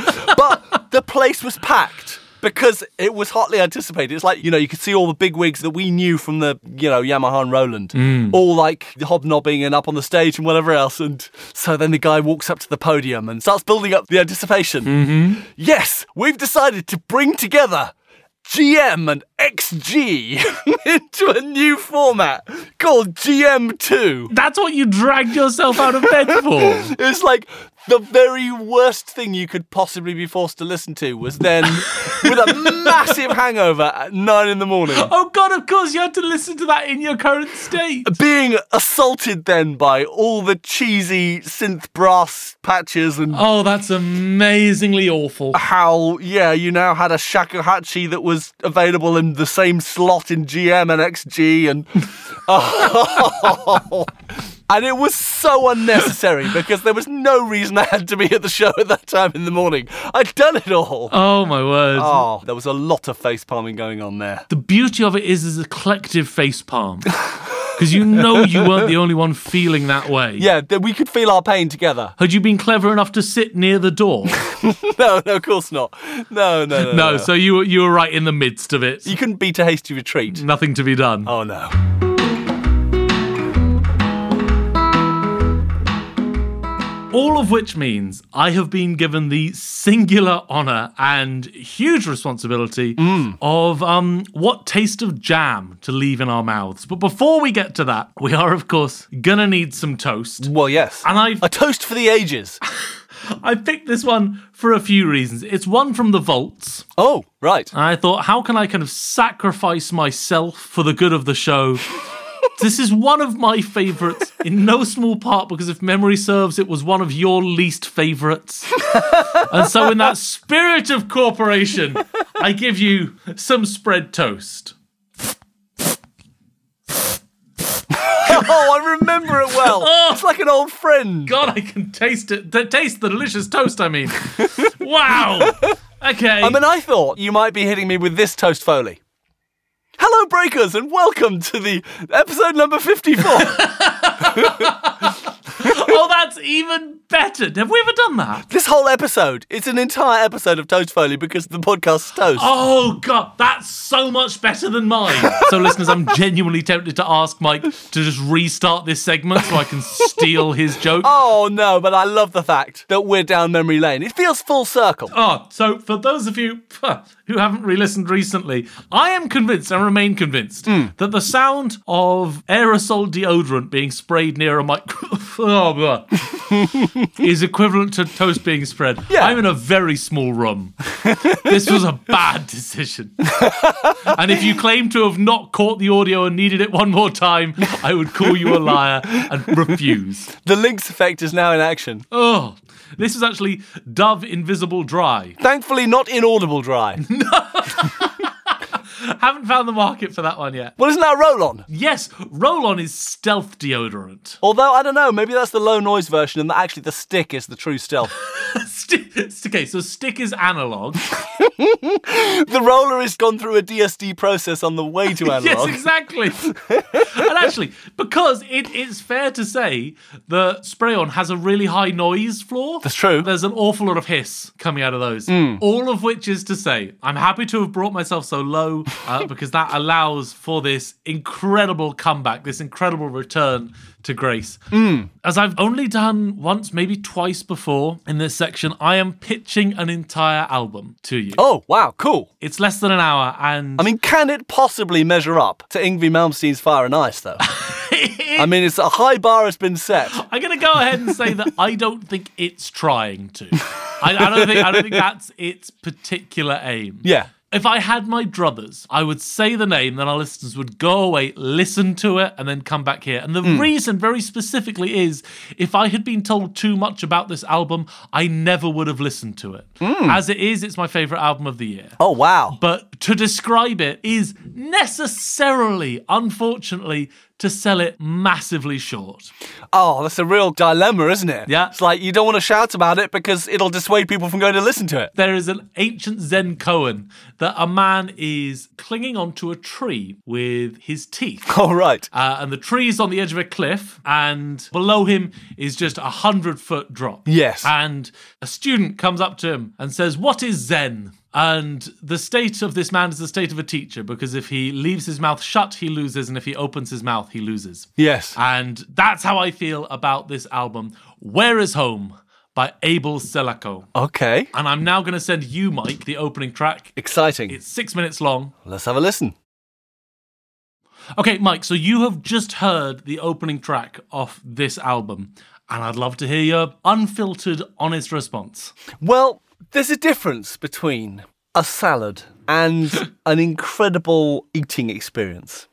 [SPEAKER 1] But the place was packed because it was hotly anticipated. It's like, you know, you could see all the big wigs that we knew from the, you know, Yamaha and Roland, all like hobnobbing and up on the stage and whatever else. And so then the guy walks up to the podium and starts building up the anticipation. Yes, we've decided to bring together GM and XG into a new format called GM2.
[SPEAKER 2] That's what you dragged yourself out of bed for.
[SPEAKER 1] It's like the very worst thing you could possibly be forced to listen to was then with a massive hangover at nine in the morning.
[SPEAKER 2] Oh God! Of course, you had to listen to that in your current state.
[SPEAKER 1] Being assaulted then by all the cheesy synth brass patches and
[SPEAKER 2] Oh, that's amazingly awful.
[SPEAKER 1] how, yeah, you now had a shakuhachi that was available in the same slot in GM and XG, and oh. and it was so unnecessary because there was no reason I had to be at the show at that time in the morning. I'd done it all.
[SPEAKER 2] Oh my word!
[SPEAKER 1] Oh, there was a lot of face palming going on there.
[SPEAKER 2] The beauty of it is, is a collective face palm. Because you know you weren't the only one feeling that way.
[SPEAKER 1] Yeah, th- we could feel our pain together.
[SPEAKER 2] Had you been clever enough to sit near the door?
[SPEAKER 1] No, no, of course not. No, no, no.
[SPEAKER 2] no, so you were you were right in the midst of it.
[SPEAKER 1] you couldn't beat a hasty retreat.
[SPEAKER 2] Nothing to be done.
[SPEAKER 1] Oh no.
[SPEAKER 2] All of which means I have been given the singular honour and huge responsibility of um, what taste of jam to leave in our mouths. But before we get to that, we are of course gonna need some toast.
[SPEAKER 1] Well, yes.
[SPEAKER 2] And I've
[SPEAKER 1] A toast for the ages.
[SPEAKER 2] I picked this one for a few reasons. It's one from the vaults.
[SPEAKER 1] Oh, right.
[SPEAKER 2] And I thought, how can I kind of sacrifice myself for the good of the show? this is one of my favorites, in no small part because if memory serves, it was one of your least favorites. and so, in that spirit of cooperation, I give you some spread toast.
[SPEAKER 1] oh, I remember it well. It's like an old friend.
[SPEAKER 2] Oh. God, I can taste it. T- taste the delicious toast, I mean. wow. Okay.
[SPEAKER 1] I mean, I thought you might be hitting me with this toast foley. Hello, breakers, and welcome to the episode number 54.
[SPEAKER 2] oh, that's even better. Have we ever done that?
[SPEAKER 1] this whole episode, it's an entire episode of Toast Foley because the podcast's toast.
[SPEAKER 2] Oh, God, that's so much better than mine. so, listeners, I'm genuinely tempted to ask Mike to just restart this segment so I can steal his joke.
[SPEAKER 1] Oh no, but I love the fact that we're down memory lane. It feels full circle.
[SPEAKER 2] Oh, so for those of you who haven't re listened recently, I am convinced and remain convinced that the sound of aerosol deodorant being sprayed near a microphone is equivalent to toast being spread.
[SPEAKER 1] Yeah.
[SPEAKER 2] I'm in a very small room. this was a bad decision. and if you claim to have not caught the audio and needed it one more time, I would call you a liar and refuse.
[SPEAKER 1] The Lynx effect is now in action.
[SPEAKER 2] Oh, this is actually Dove Invisible Dry.
[SPEAKER 1] Thankfully, not inaudible dry.
[SPEAKER 2] Haven't found the market for that one yet.
[SPEAKER 1] well, isn't that roll on?
[SPEAKER 2] Yes, roll on is stealth deodorant.
[SPEAKER 1] Although, I don't know, maybe that's the low noise version and that actually the stick is the true stealth.
[SPEAKER 2] Sti- okay, so stick is analog.
[SPEAKER 1] the roller has gone through a DSD process on the way to analog.
[SPEAKER 2] yes, exactly. and actually, because it is fair to say that spray on has a really high noise floor.
[SPEAKER 1] That's true. Mm.
[SPEAKER 2] There's an awful lot of hiss coming out of those. All of which is to say, I'm happy to have brought myself so low uh, because that allows for this incredible comeback, this incredible return to grace.
[SPEAKER 1] Mm.
[SPEAKER 2] As I've only done once, maybe twice before in this section, I am pitching an entire album to you.
[SPEAKER 1] Oh, wow, cool.
[SPEAKER 2] It's less than an hour and
[SPEAKER 1] I mean, can it possibly measure up to Ingvi Malmsteen's Fire and Ice, though? I mean, it's a high bar has been set.
[SPEAKER 2] I'm gonna go ahead and say that I don't think it's trying to. I, I don't think I don't think that's its particular aim.
[SPEAKER 1] Yeah.
[SPEAKER 2] If I had my druthers, I would say the name, then our listeners would go away, listen to it, and then come back here. And the reason, very specifically, is if I had been told too much about this album, I never would have listened to it. As it is, it's my favorite album of the year
[SPEAKER 1] Oh, wow.
[SPEAKER 2] but to describe it is necessarily, unfortunately, to sell it massively short.
[SPEAKER 1] Oh, that's a real dilemma, isn't it?
[SPEAKER 2] Yeah.
[SPEAKER 1] It's like you don't want to shout about it because it'll dissuade people from going to listen to it.
[SPEAKER 2] There is an ancient Zen koan that a man is clinging onto a tree with his teeth.
[SPEAKER 1] All right.
[SPEAKER 2] Uh, and the tree is on the edge of a cliff, and below him is just a hundred foot drop.
[SPEAKER 1] Yes.
[SPEAKER 2] And a student comes up to him and says, What is Zen? And the state of this man is the state of a teacher because if he leaves his mouth shut, he loses, and if he opens his mouth, he loses.
[SPEAKER 1] Yes.
[SPEAKER 2] And that's how I feel about this album, Where is Home by Abel Selako.
[SPEAKER 1] Okay.
[SPEAKER 2] And I'm now going to send you, Mike, the opening track.
[SPEAKER 1] Exciting.
[SPEAKER 2] It's six minutes long.
[SPEAKER 1] Let's have a listen.
[SPEAKER 2] Okay, Mike, so you have just heard the opening track off this album. And I'd love to hear your unfiltered, honest response.
[SPEAKER 1] Well, there's a difference between a salad and an incredible eating experience.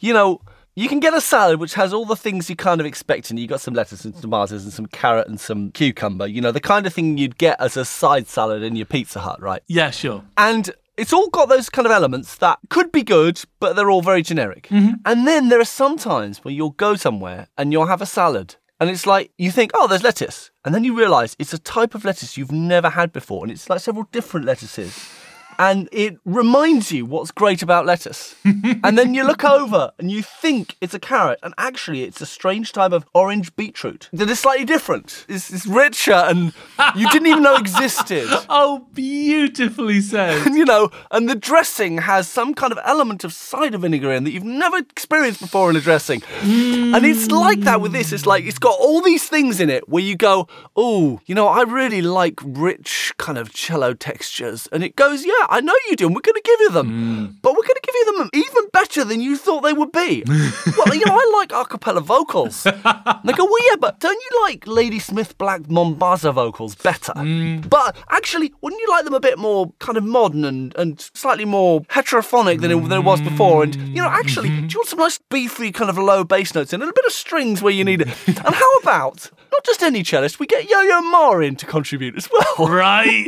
[SPEAKER 1] You know, you can get a salad which has all the things you kind of expect in it. You've got some lettuce and tomatoes and some carrot and some cucumber, you know, the kind of thing you'd get as a side salad in your Pizza Hut, right?
[SPEAKER 2] Yeah, sure.
[SPEAKER 1] And it's all got those kind of elements that could be good, but they're all very generic. And then there are some times where you'll go somewhere and you'll have a salad. And it's like, you think, oh, there's lettuce. And then you realize it's a type of lettuce you've never had before. And it's like several different lettuces. And it reminds you what's great about lettuce. and then you look over and you think it's a carrot. And actually, it's a strange type of orange beetroot that is slightly different. It's, it's richer and you didn't even know existed
[SPEAKER 2] Oh, beautifully said.
[SPEAKER 1] you know, and the dressing has some kind of element of cider vinegar in that you've never experienced before in a dressing. And it's like that with this. It's like it's got all these things in it where you go, oh, you know, I really like rich kind of cello textures. And it goes, yeah, I know you do, and we're going to give you them. But we're going to give you them even better than you thought they would be. well, you know, I like a cappella vocals. And they go, well, yeah, but don't you like Ladysmith Black Mombasa vocals better? But actually, wouldn't you like them a bit more kind of modern and, and slightly more heterophonic than it, than it was before? And, you know, actually, do you want some nice beefy kind of low bass notes and a little bit of strings where you need it? and how about Not just any cellist, we get Yo Yo Ma in to contribute as well.
[SPEAKER 2] Right.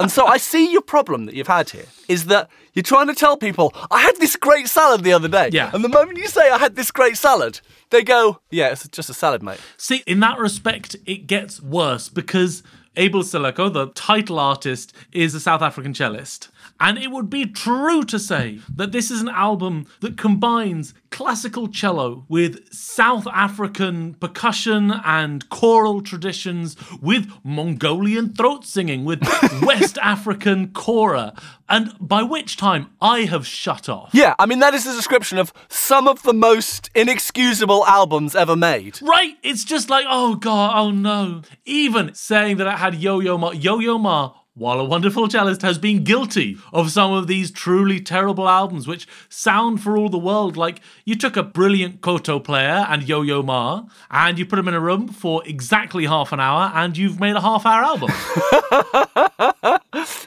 [SPEAKER 1] And so I see your problem that you've had here is that you're trying to tell people, I had this great salad the other day.
[SPEAKER 2] Yeah.
[SPEAKER 1] And the moment you say, I had this great salad, they go, Yeah, it's just a salad, mate.
[SPEAKER 2] See, in that respect, it gets worse because Abel Seleko, the title artist, is a South African cellist. And it would be true to say that this is an album that combines classical cello with South African percussion and choral traditions, with Mongolian throat singing, with West African kora. And by which time I have shut off.
[SPEAKER 1] Yeah, I mean, that is a description of some of the most inexcusable albums ever made.
[SPEAKER 2] Right? It's just like, oh god, oh no. Even saying that I had Yo Yo Ma, Yo Yo Ma, while a wonderful cellist, has been guilty of some of these truly terrible albums, which sound for all the world like you took a brilliant koto player and Yo Yo Ma, and you put them in a room for exactly half an hour, and you've made a half hour album.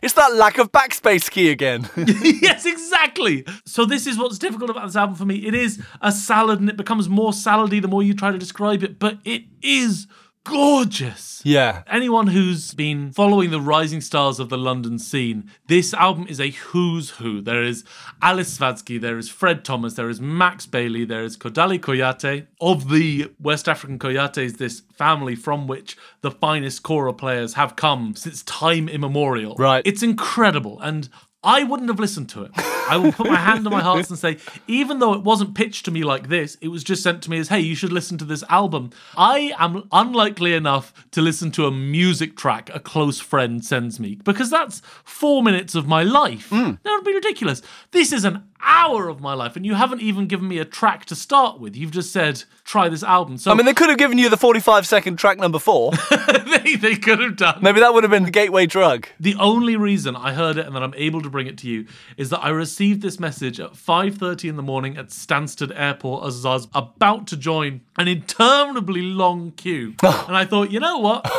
[SPEAKER 1] It's that lack of backspace key again.
[SPEAKER 2] yes, exactly. So this is what's difficult about this album for me. It is a salad, and it becomes more salady the more you try to describe it. But it is gorgeous.
[SPEAKER 1] yeah.
[SPEAKER 2] Anyone who's been following the rising stars of the London scene, this album is a who's who. There is Alice Svadsky, there is Fred Thomas, there is Max Bailey, there is Kodali Koyate. Of the West African Koyates, this family from which the finest Kora players have come since time immemorial.
[SPEAKER 1] Right.
[SPEAKER 2] It's incredible. And I wouldn't have listened to it. I will put my hand on my heart and say, even though it wasn't pitched to me like this, it was just sent to me as, hey, you should listen to this album. I am unlikely enough to listen to a music track a close friend sends me because that's four minutes of my life.
[SPEAKER 1] Mm.
[SPEAKER 2] That would be ridiculous. This is an hour of my life, and you haven't even given me a track to start with. You've just said, try this album. So
[SPEAKER 1] I mean, they could have given you the 45 second track number four.
[SPEAKER 2] they, they could have done
[SPEAKER 1] Maybe that would have been the gateway drug.
[SPEAKER 2] The only reason I heard it and that I'm able to bring it to you is that I received this message at 5:30 in the morning at Stansted Airport as I was about to join an interminably long queue. and I thought, you know what?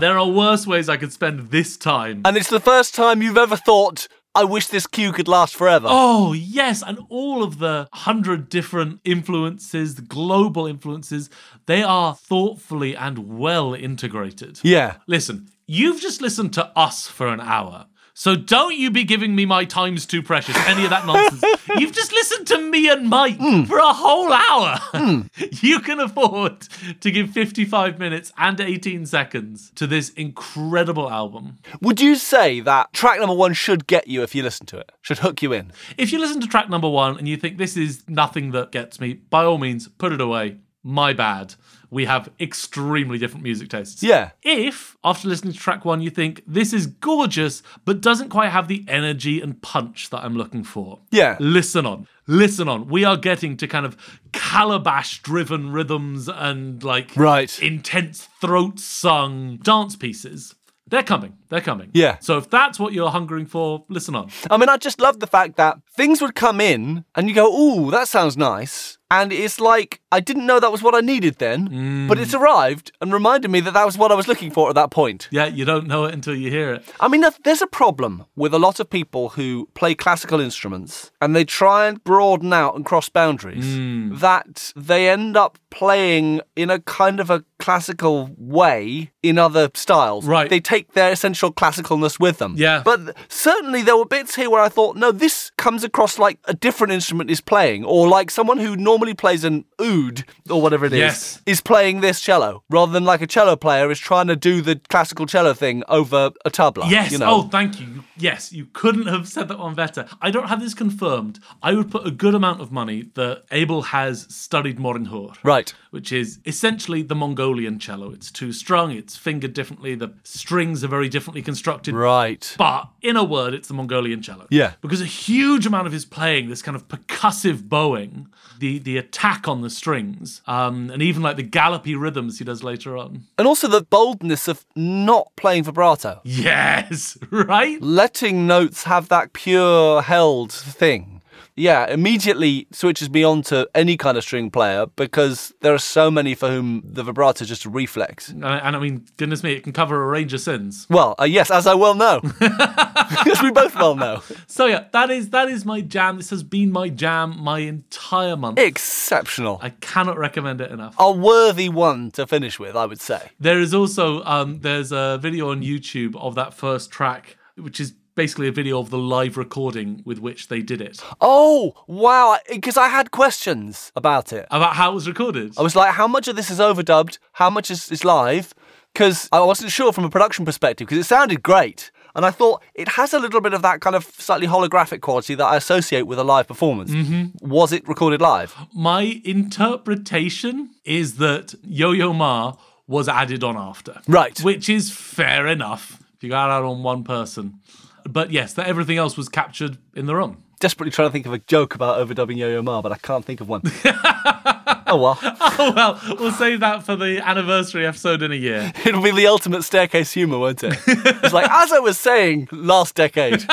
[SPEAKER 2] there are worse ways I could spend this time.
[SPEAKER 1] And it's the first time you've ever thought, I wish this queue could last forever.
[SPEAKER 2] Oh, yes. And all of the hundred different influences, the global influences, they are thoughtfully and well integrated.
[SPEAKER 1] Yeah.
[SPEAKER 2] Listen, you've just listened to us for an hour. So don't you be giving me my time's too precious, any of that nonsense. you've just listened to me and Mike for a whole hour. you can afford to give 55 minutes and 18 seconds to this incredible album.
[SPEAKER 1] Would you say that track number one should get you if you listen to it? Should hook you in?
[SPEAKER 2] If you listen to track number one and you think this is nothing that gets me, by all means, put it away. My bad. We have extremely different music tastes.
[SPEAKER 1] Yeah.
[SPEAKER 2] If, after listening to track one, you think this is gorgeous, but doesn't quite have the energy and punch that I'm looking for,
[SPEAKER 1] Yeah.
[SPEAKER 2] listen on. Listen on. We are getting to kind of calabash driven rhythms and like
[SPEAKER 1] Right.
[SPEAKER 2] intense throat sung dance pieces. They're coming. They're coming.
[SPEAKER 1] Yeah.
[SPEAKER 2] So if that's what you're hungering for, listen on.
[SPEAKER 1] I mean, I just love the fact that things would come in and you go, ooh, that sounds nice. And it's like, I didn't know that was what I needed then, but it's arrived and reminded me that that was what I was looking for at that point.
[SPEAKER 2] Yeah, you don't know it until you hear it.
[SPEAKER 1] I mean, there- there's a problem with a lot of people who play classical instruments and they try and broaden out and cross boundaries
[SPEAKER 2] Hmm.
[SPEAKER 1] that they end up playing in a kind of a classical way in other styles.
[SPEAKER 2] Right.
[SPEAKER 1] They take their essential classicalness with them.
[SPEAKER 2] Yeah.
[SPEAKER 1] But th- certainly there were bits here where I thought, no, this comes across like a different instrument is playing, or like someone who normally plays an oud or whatever it is
[SPEAKER 2] Yes.
[SPEAKER 1] is playing this cello rather than like a cello player is trying to do the classical cello thing over a tabla.
[SPEAKER 2] Yes.
[SPEAKER 1] you know.
[SPEAKER 2] Oh, thank you. You- Yes, you couldn't have said that one better. I don't have this confirmed. I would put a good amount of money that Abel has studied Morinhor.
[SPEAKER 1] Right.
[SPEAKER 2] Which is essentially the Mongolian cello. It's two strung, it's fingered differently, the strings are very differently constructed.
[SPEAKER 1] Right.
[SPEAKER 2] But in a word, it's the Mongolian cello.
[SPEAKER 1] Yeah.
[SPEAKER 2] Because a huge amount of his playing, this kind of percussive bowing, the the attack on the strings, um, and even like the gallopy rhythms he does later on.
[SPEAKER 1] And also the boldness of not playing vibrato,
[SPEAKER 2] Yes, right?
[SPEAKER 1] letting notes have that pure held thing. yeah, immediately switches me on to any kind of string player because there are so many for whom the vibrato is just a reflex.
[SPEAKER 2] And I, and I mean, goodness me, it can cover a range of sins.
[SPEAKER 1] Well, uh, yes, as I well know. as we both well know.
[SPEAKER 2] So yeah, that is that is my jam. This has been my jam my entire month.
[SPEAKER 1] Exceptional.
[SPEAKER 2] I cannot recommend it enough.
[SPEAKER 1] A worthy one to finish with, I would say.
[SPEAKER 2] There is also um, there's a video on YouTube of that first track, which is basically a video of the live recording with which they did it
[SPEAKER 1] Oh, wow, because I had questions about it.
[SPEAKER 2] about how it was recorded.
[SPEAKER 1] I was like, how much of this is overdubbed? How much is, is live? Because I wasn't sure from a production perspective, because it sounded great. And I thought it has a little bit of that kind of slightly holographic quality that I associate with a live performance. Was it recorded live?
[SPEAKER 2] My interpretation is that Yo Yo Ma was added on after.
[SPEAKER 1] Right.
[SPEAKER 2] Which is fair enough if you got out on one person. But yes, that everything else was captured in the room.
[SPEAKER 1] Desperately trying to think of a joke about overdubbing Yo Yo Ma, but I can't think of one. oh well.
[SPEAKER 2] Oh well, we'll save that for the anniversary episode in a year.
[SPEAKER 1] It'll be the ultimate staircase humor, won't it? it's like, as I was saying last decade.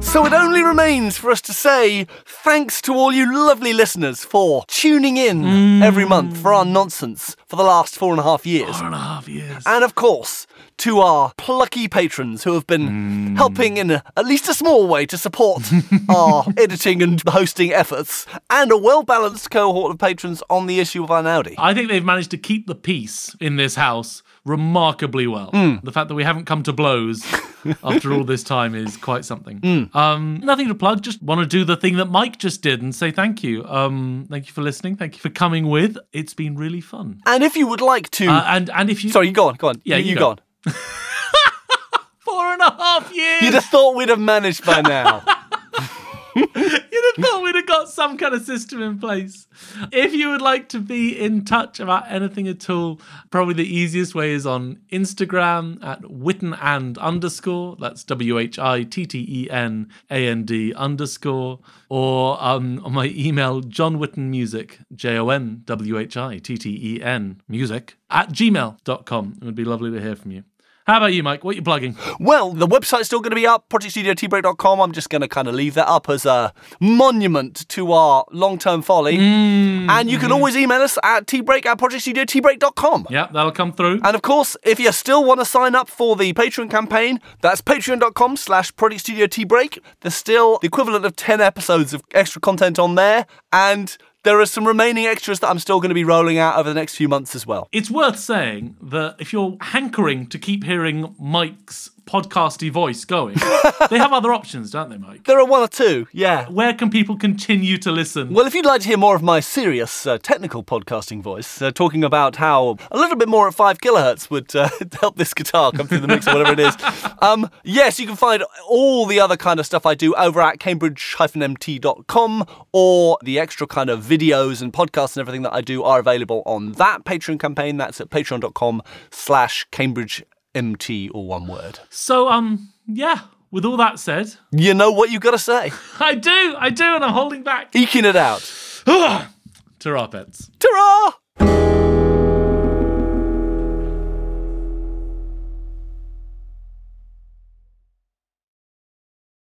[SPEAKER 1] So it only remains for us to say thanks to all you lovely listeners for tuning in every month for our nonsense for the last four and a half years.
[SPEAKER 2] Four and a half years.
[SPEAKER 1] And of course, to our plucky patrons who have
[SPEAKER 2] Hmm.
[SPEAKER 1] been helping in a, at least a small way to support our editing and hosting efforts, and a well balanced cohort of patrons on the issue of Arnaudi.
[SPEAKER 2] I think they've managed to keep the peace in this house remarkably well. The fact that we haven't come to blows after all this time is quite something. Um, nothing to plug, just want to do the thing that Mike just did and say thank you. Um, thank you for listening. Thank you for coming with. It's been really fun.
[SPEAKER 1] And if you would like to.
[SPEAKER 2] Uh, and and if you
[SPEAKER 1] sorry, you go on, go on.
[SPEAKER 2] Yeah, you
[SPEAKER 1] you
[SPEAKER 2] go.
[SPEAKER 1] go on.
[SPEAKER 2] four and a half years,
[SPEAKER 1] You'd have thought we'd have managed by now.
[SPEAKER 2] You'd have thought we'd have got some kind of system in place. If you would like to be in touch about anything at all, probably the easiest way is on Instagram at witten and underscore. That's W H I T T E N A N D underscore. Or um, on my email, John Witten Music, J O N W H I T T E N music at gmail.com. It would be lovely to hear from you. How about you, Mike? What are you plugging?
[SPEAKER 1] well, the website's still going to be up, projectstudiotbreak.com. I'm just going to kind of leave that up as a monument to our long term folly.
[SPEAKER 2] Hmm.
[SPEAKER 1] and you can always email us at tbreak at projectstudiotbreak.com.
[SPEAKER 2] Yeah, that'll come through.
[SPEAKER 1] And of course, if you still want to sign up for the Patreon campaign, that's patreon.com slash Project Studio Tea Break. There's still the equivalent of 10 episodes of extra content on there. And there are some remaining extras that I'm still going to be rolling out over the next few months as well.
[SPEAKER 2] It's worth saying that if you're hankering to keep hearing Mike's podcasty voice going, they have other options, don't they, Mike?
[SPEAKER 1] There are one or two, yeah.
[SPEAKER 2] Where can people continue to listen?
[SPEAKER 1] Well, if you'd like to hear more of my serious uh, technical podcasting voice, uh, talking about how a little bit more at 5 kilohertz would uh, help this guitar come through the mix or whatever it is, um, yes, you can find all the other kind of stuff I do over at cambridge-mt.com or the extra kind of videos and podcasts and everything that I do are available on that Patreon campaign. That's at patreon.com slash cambridge mt or one word
[SPEAKER 2] So, um, yeah, with all that said,
[SPEAKER 1] you know what you gotta say
[SPEAKER 2] I do, I do, and I'm holding back.
[SPEAKER 1] eking it out
[SPEAKER 2] to our pets.
[SPEAKER 1] ta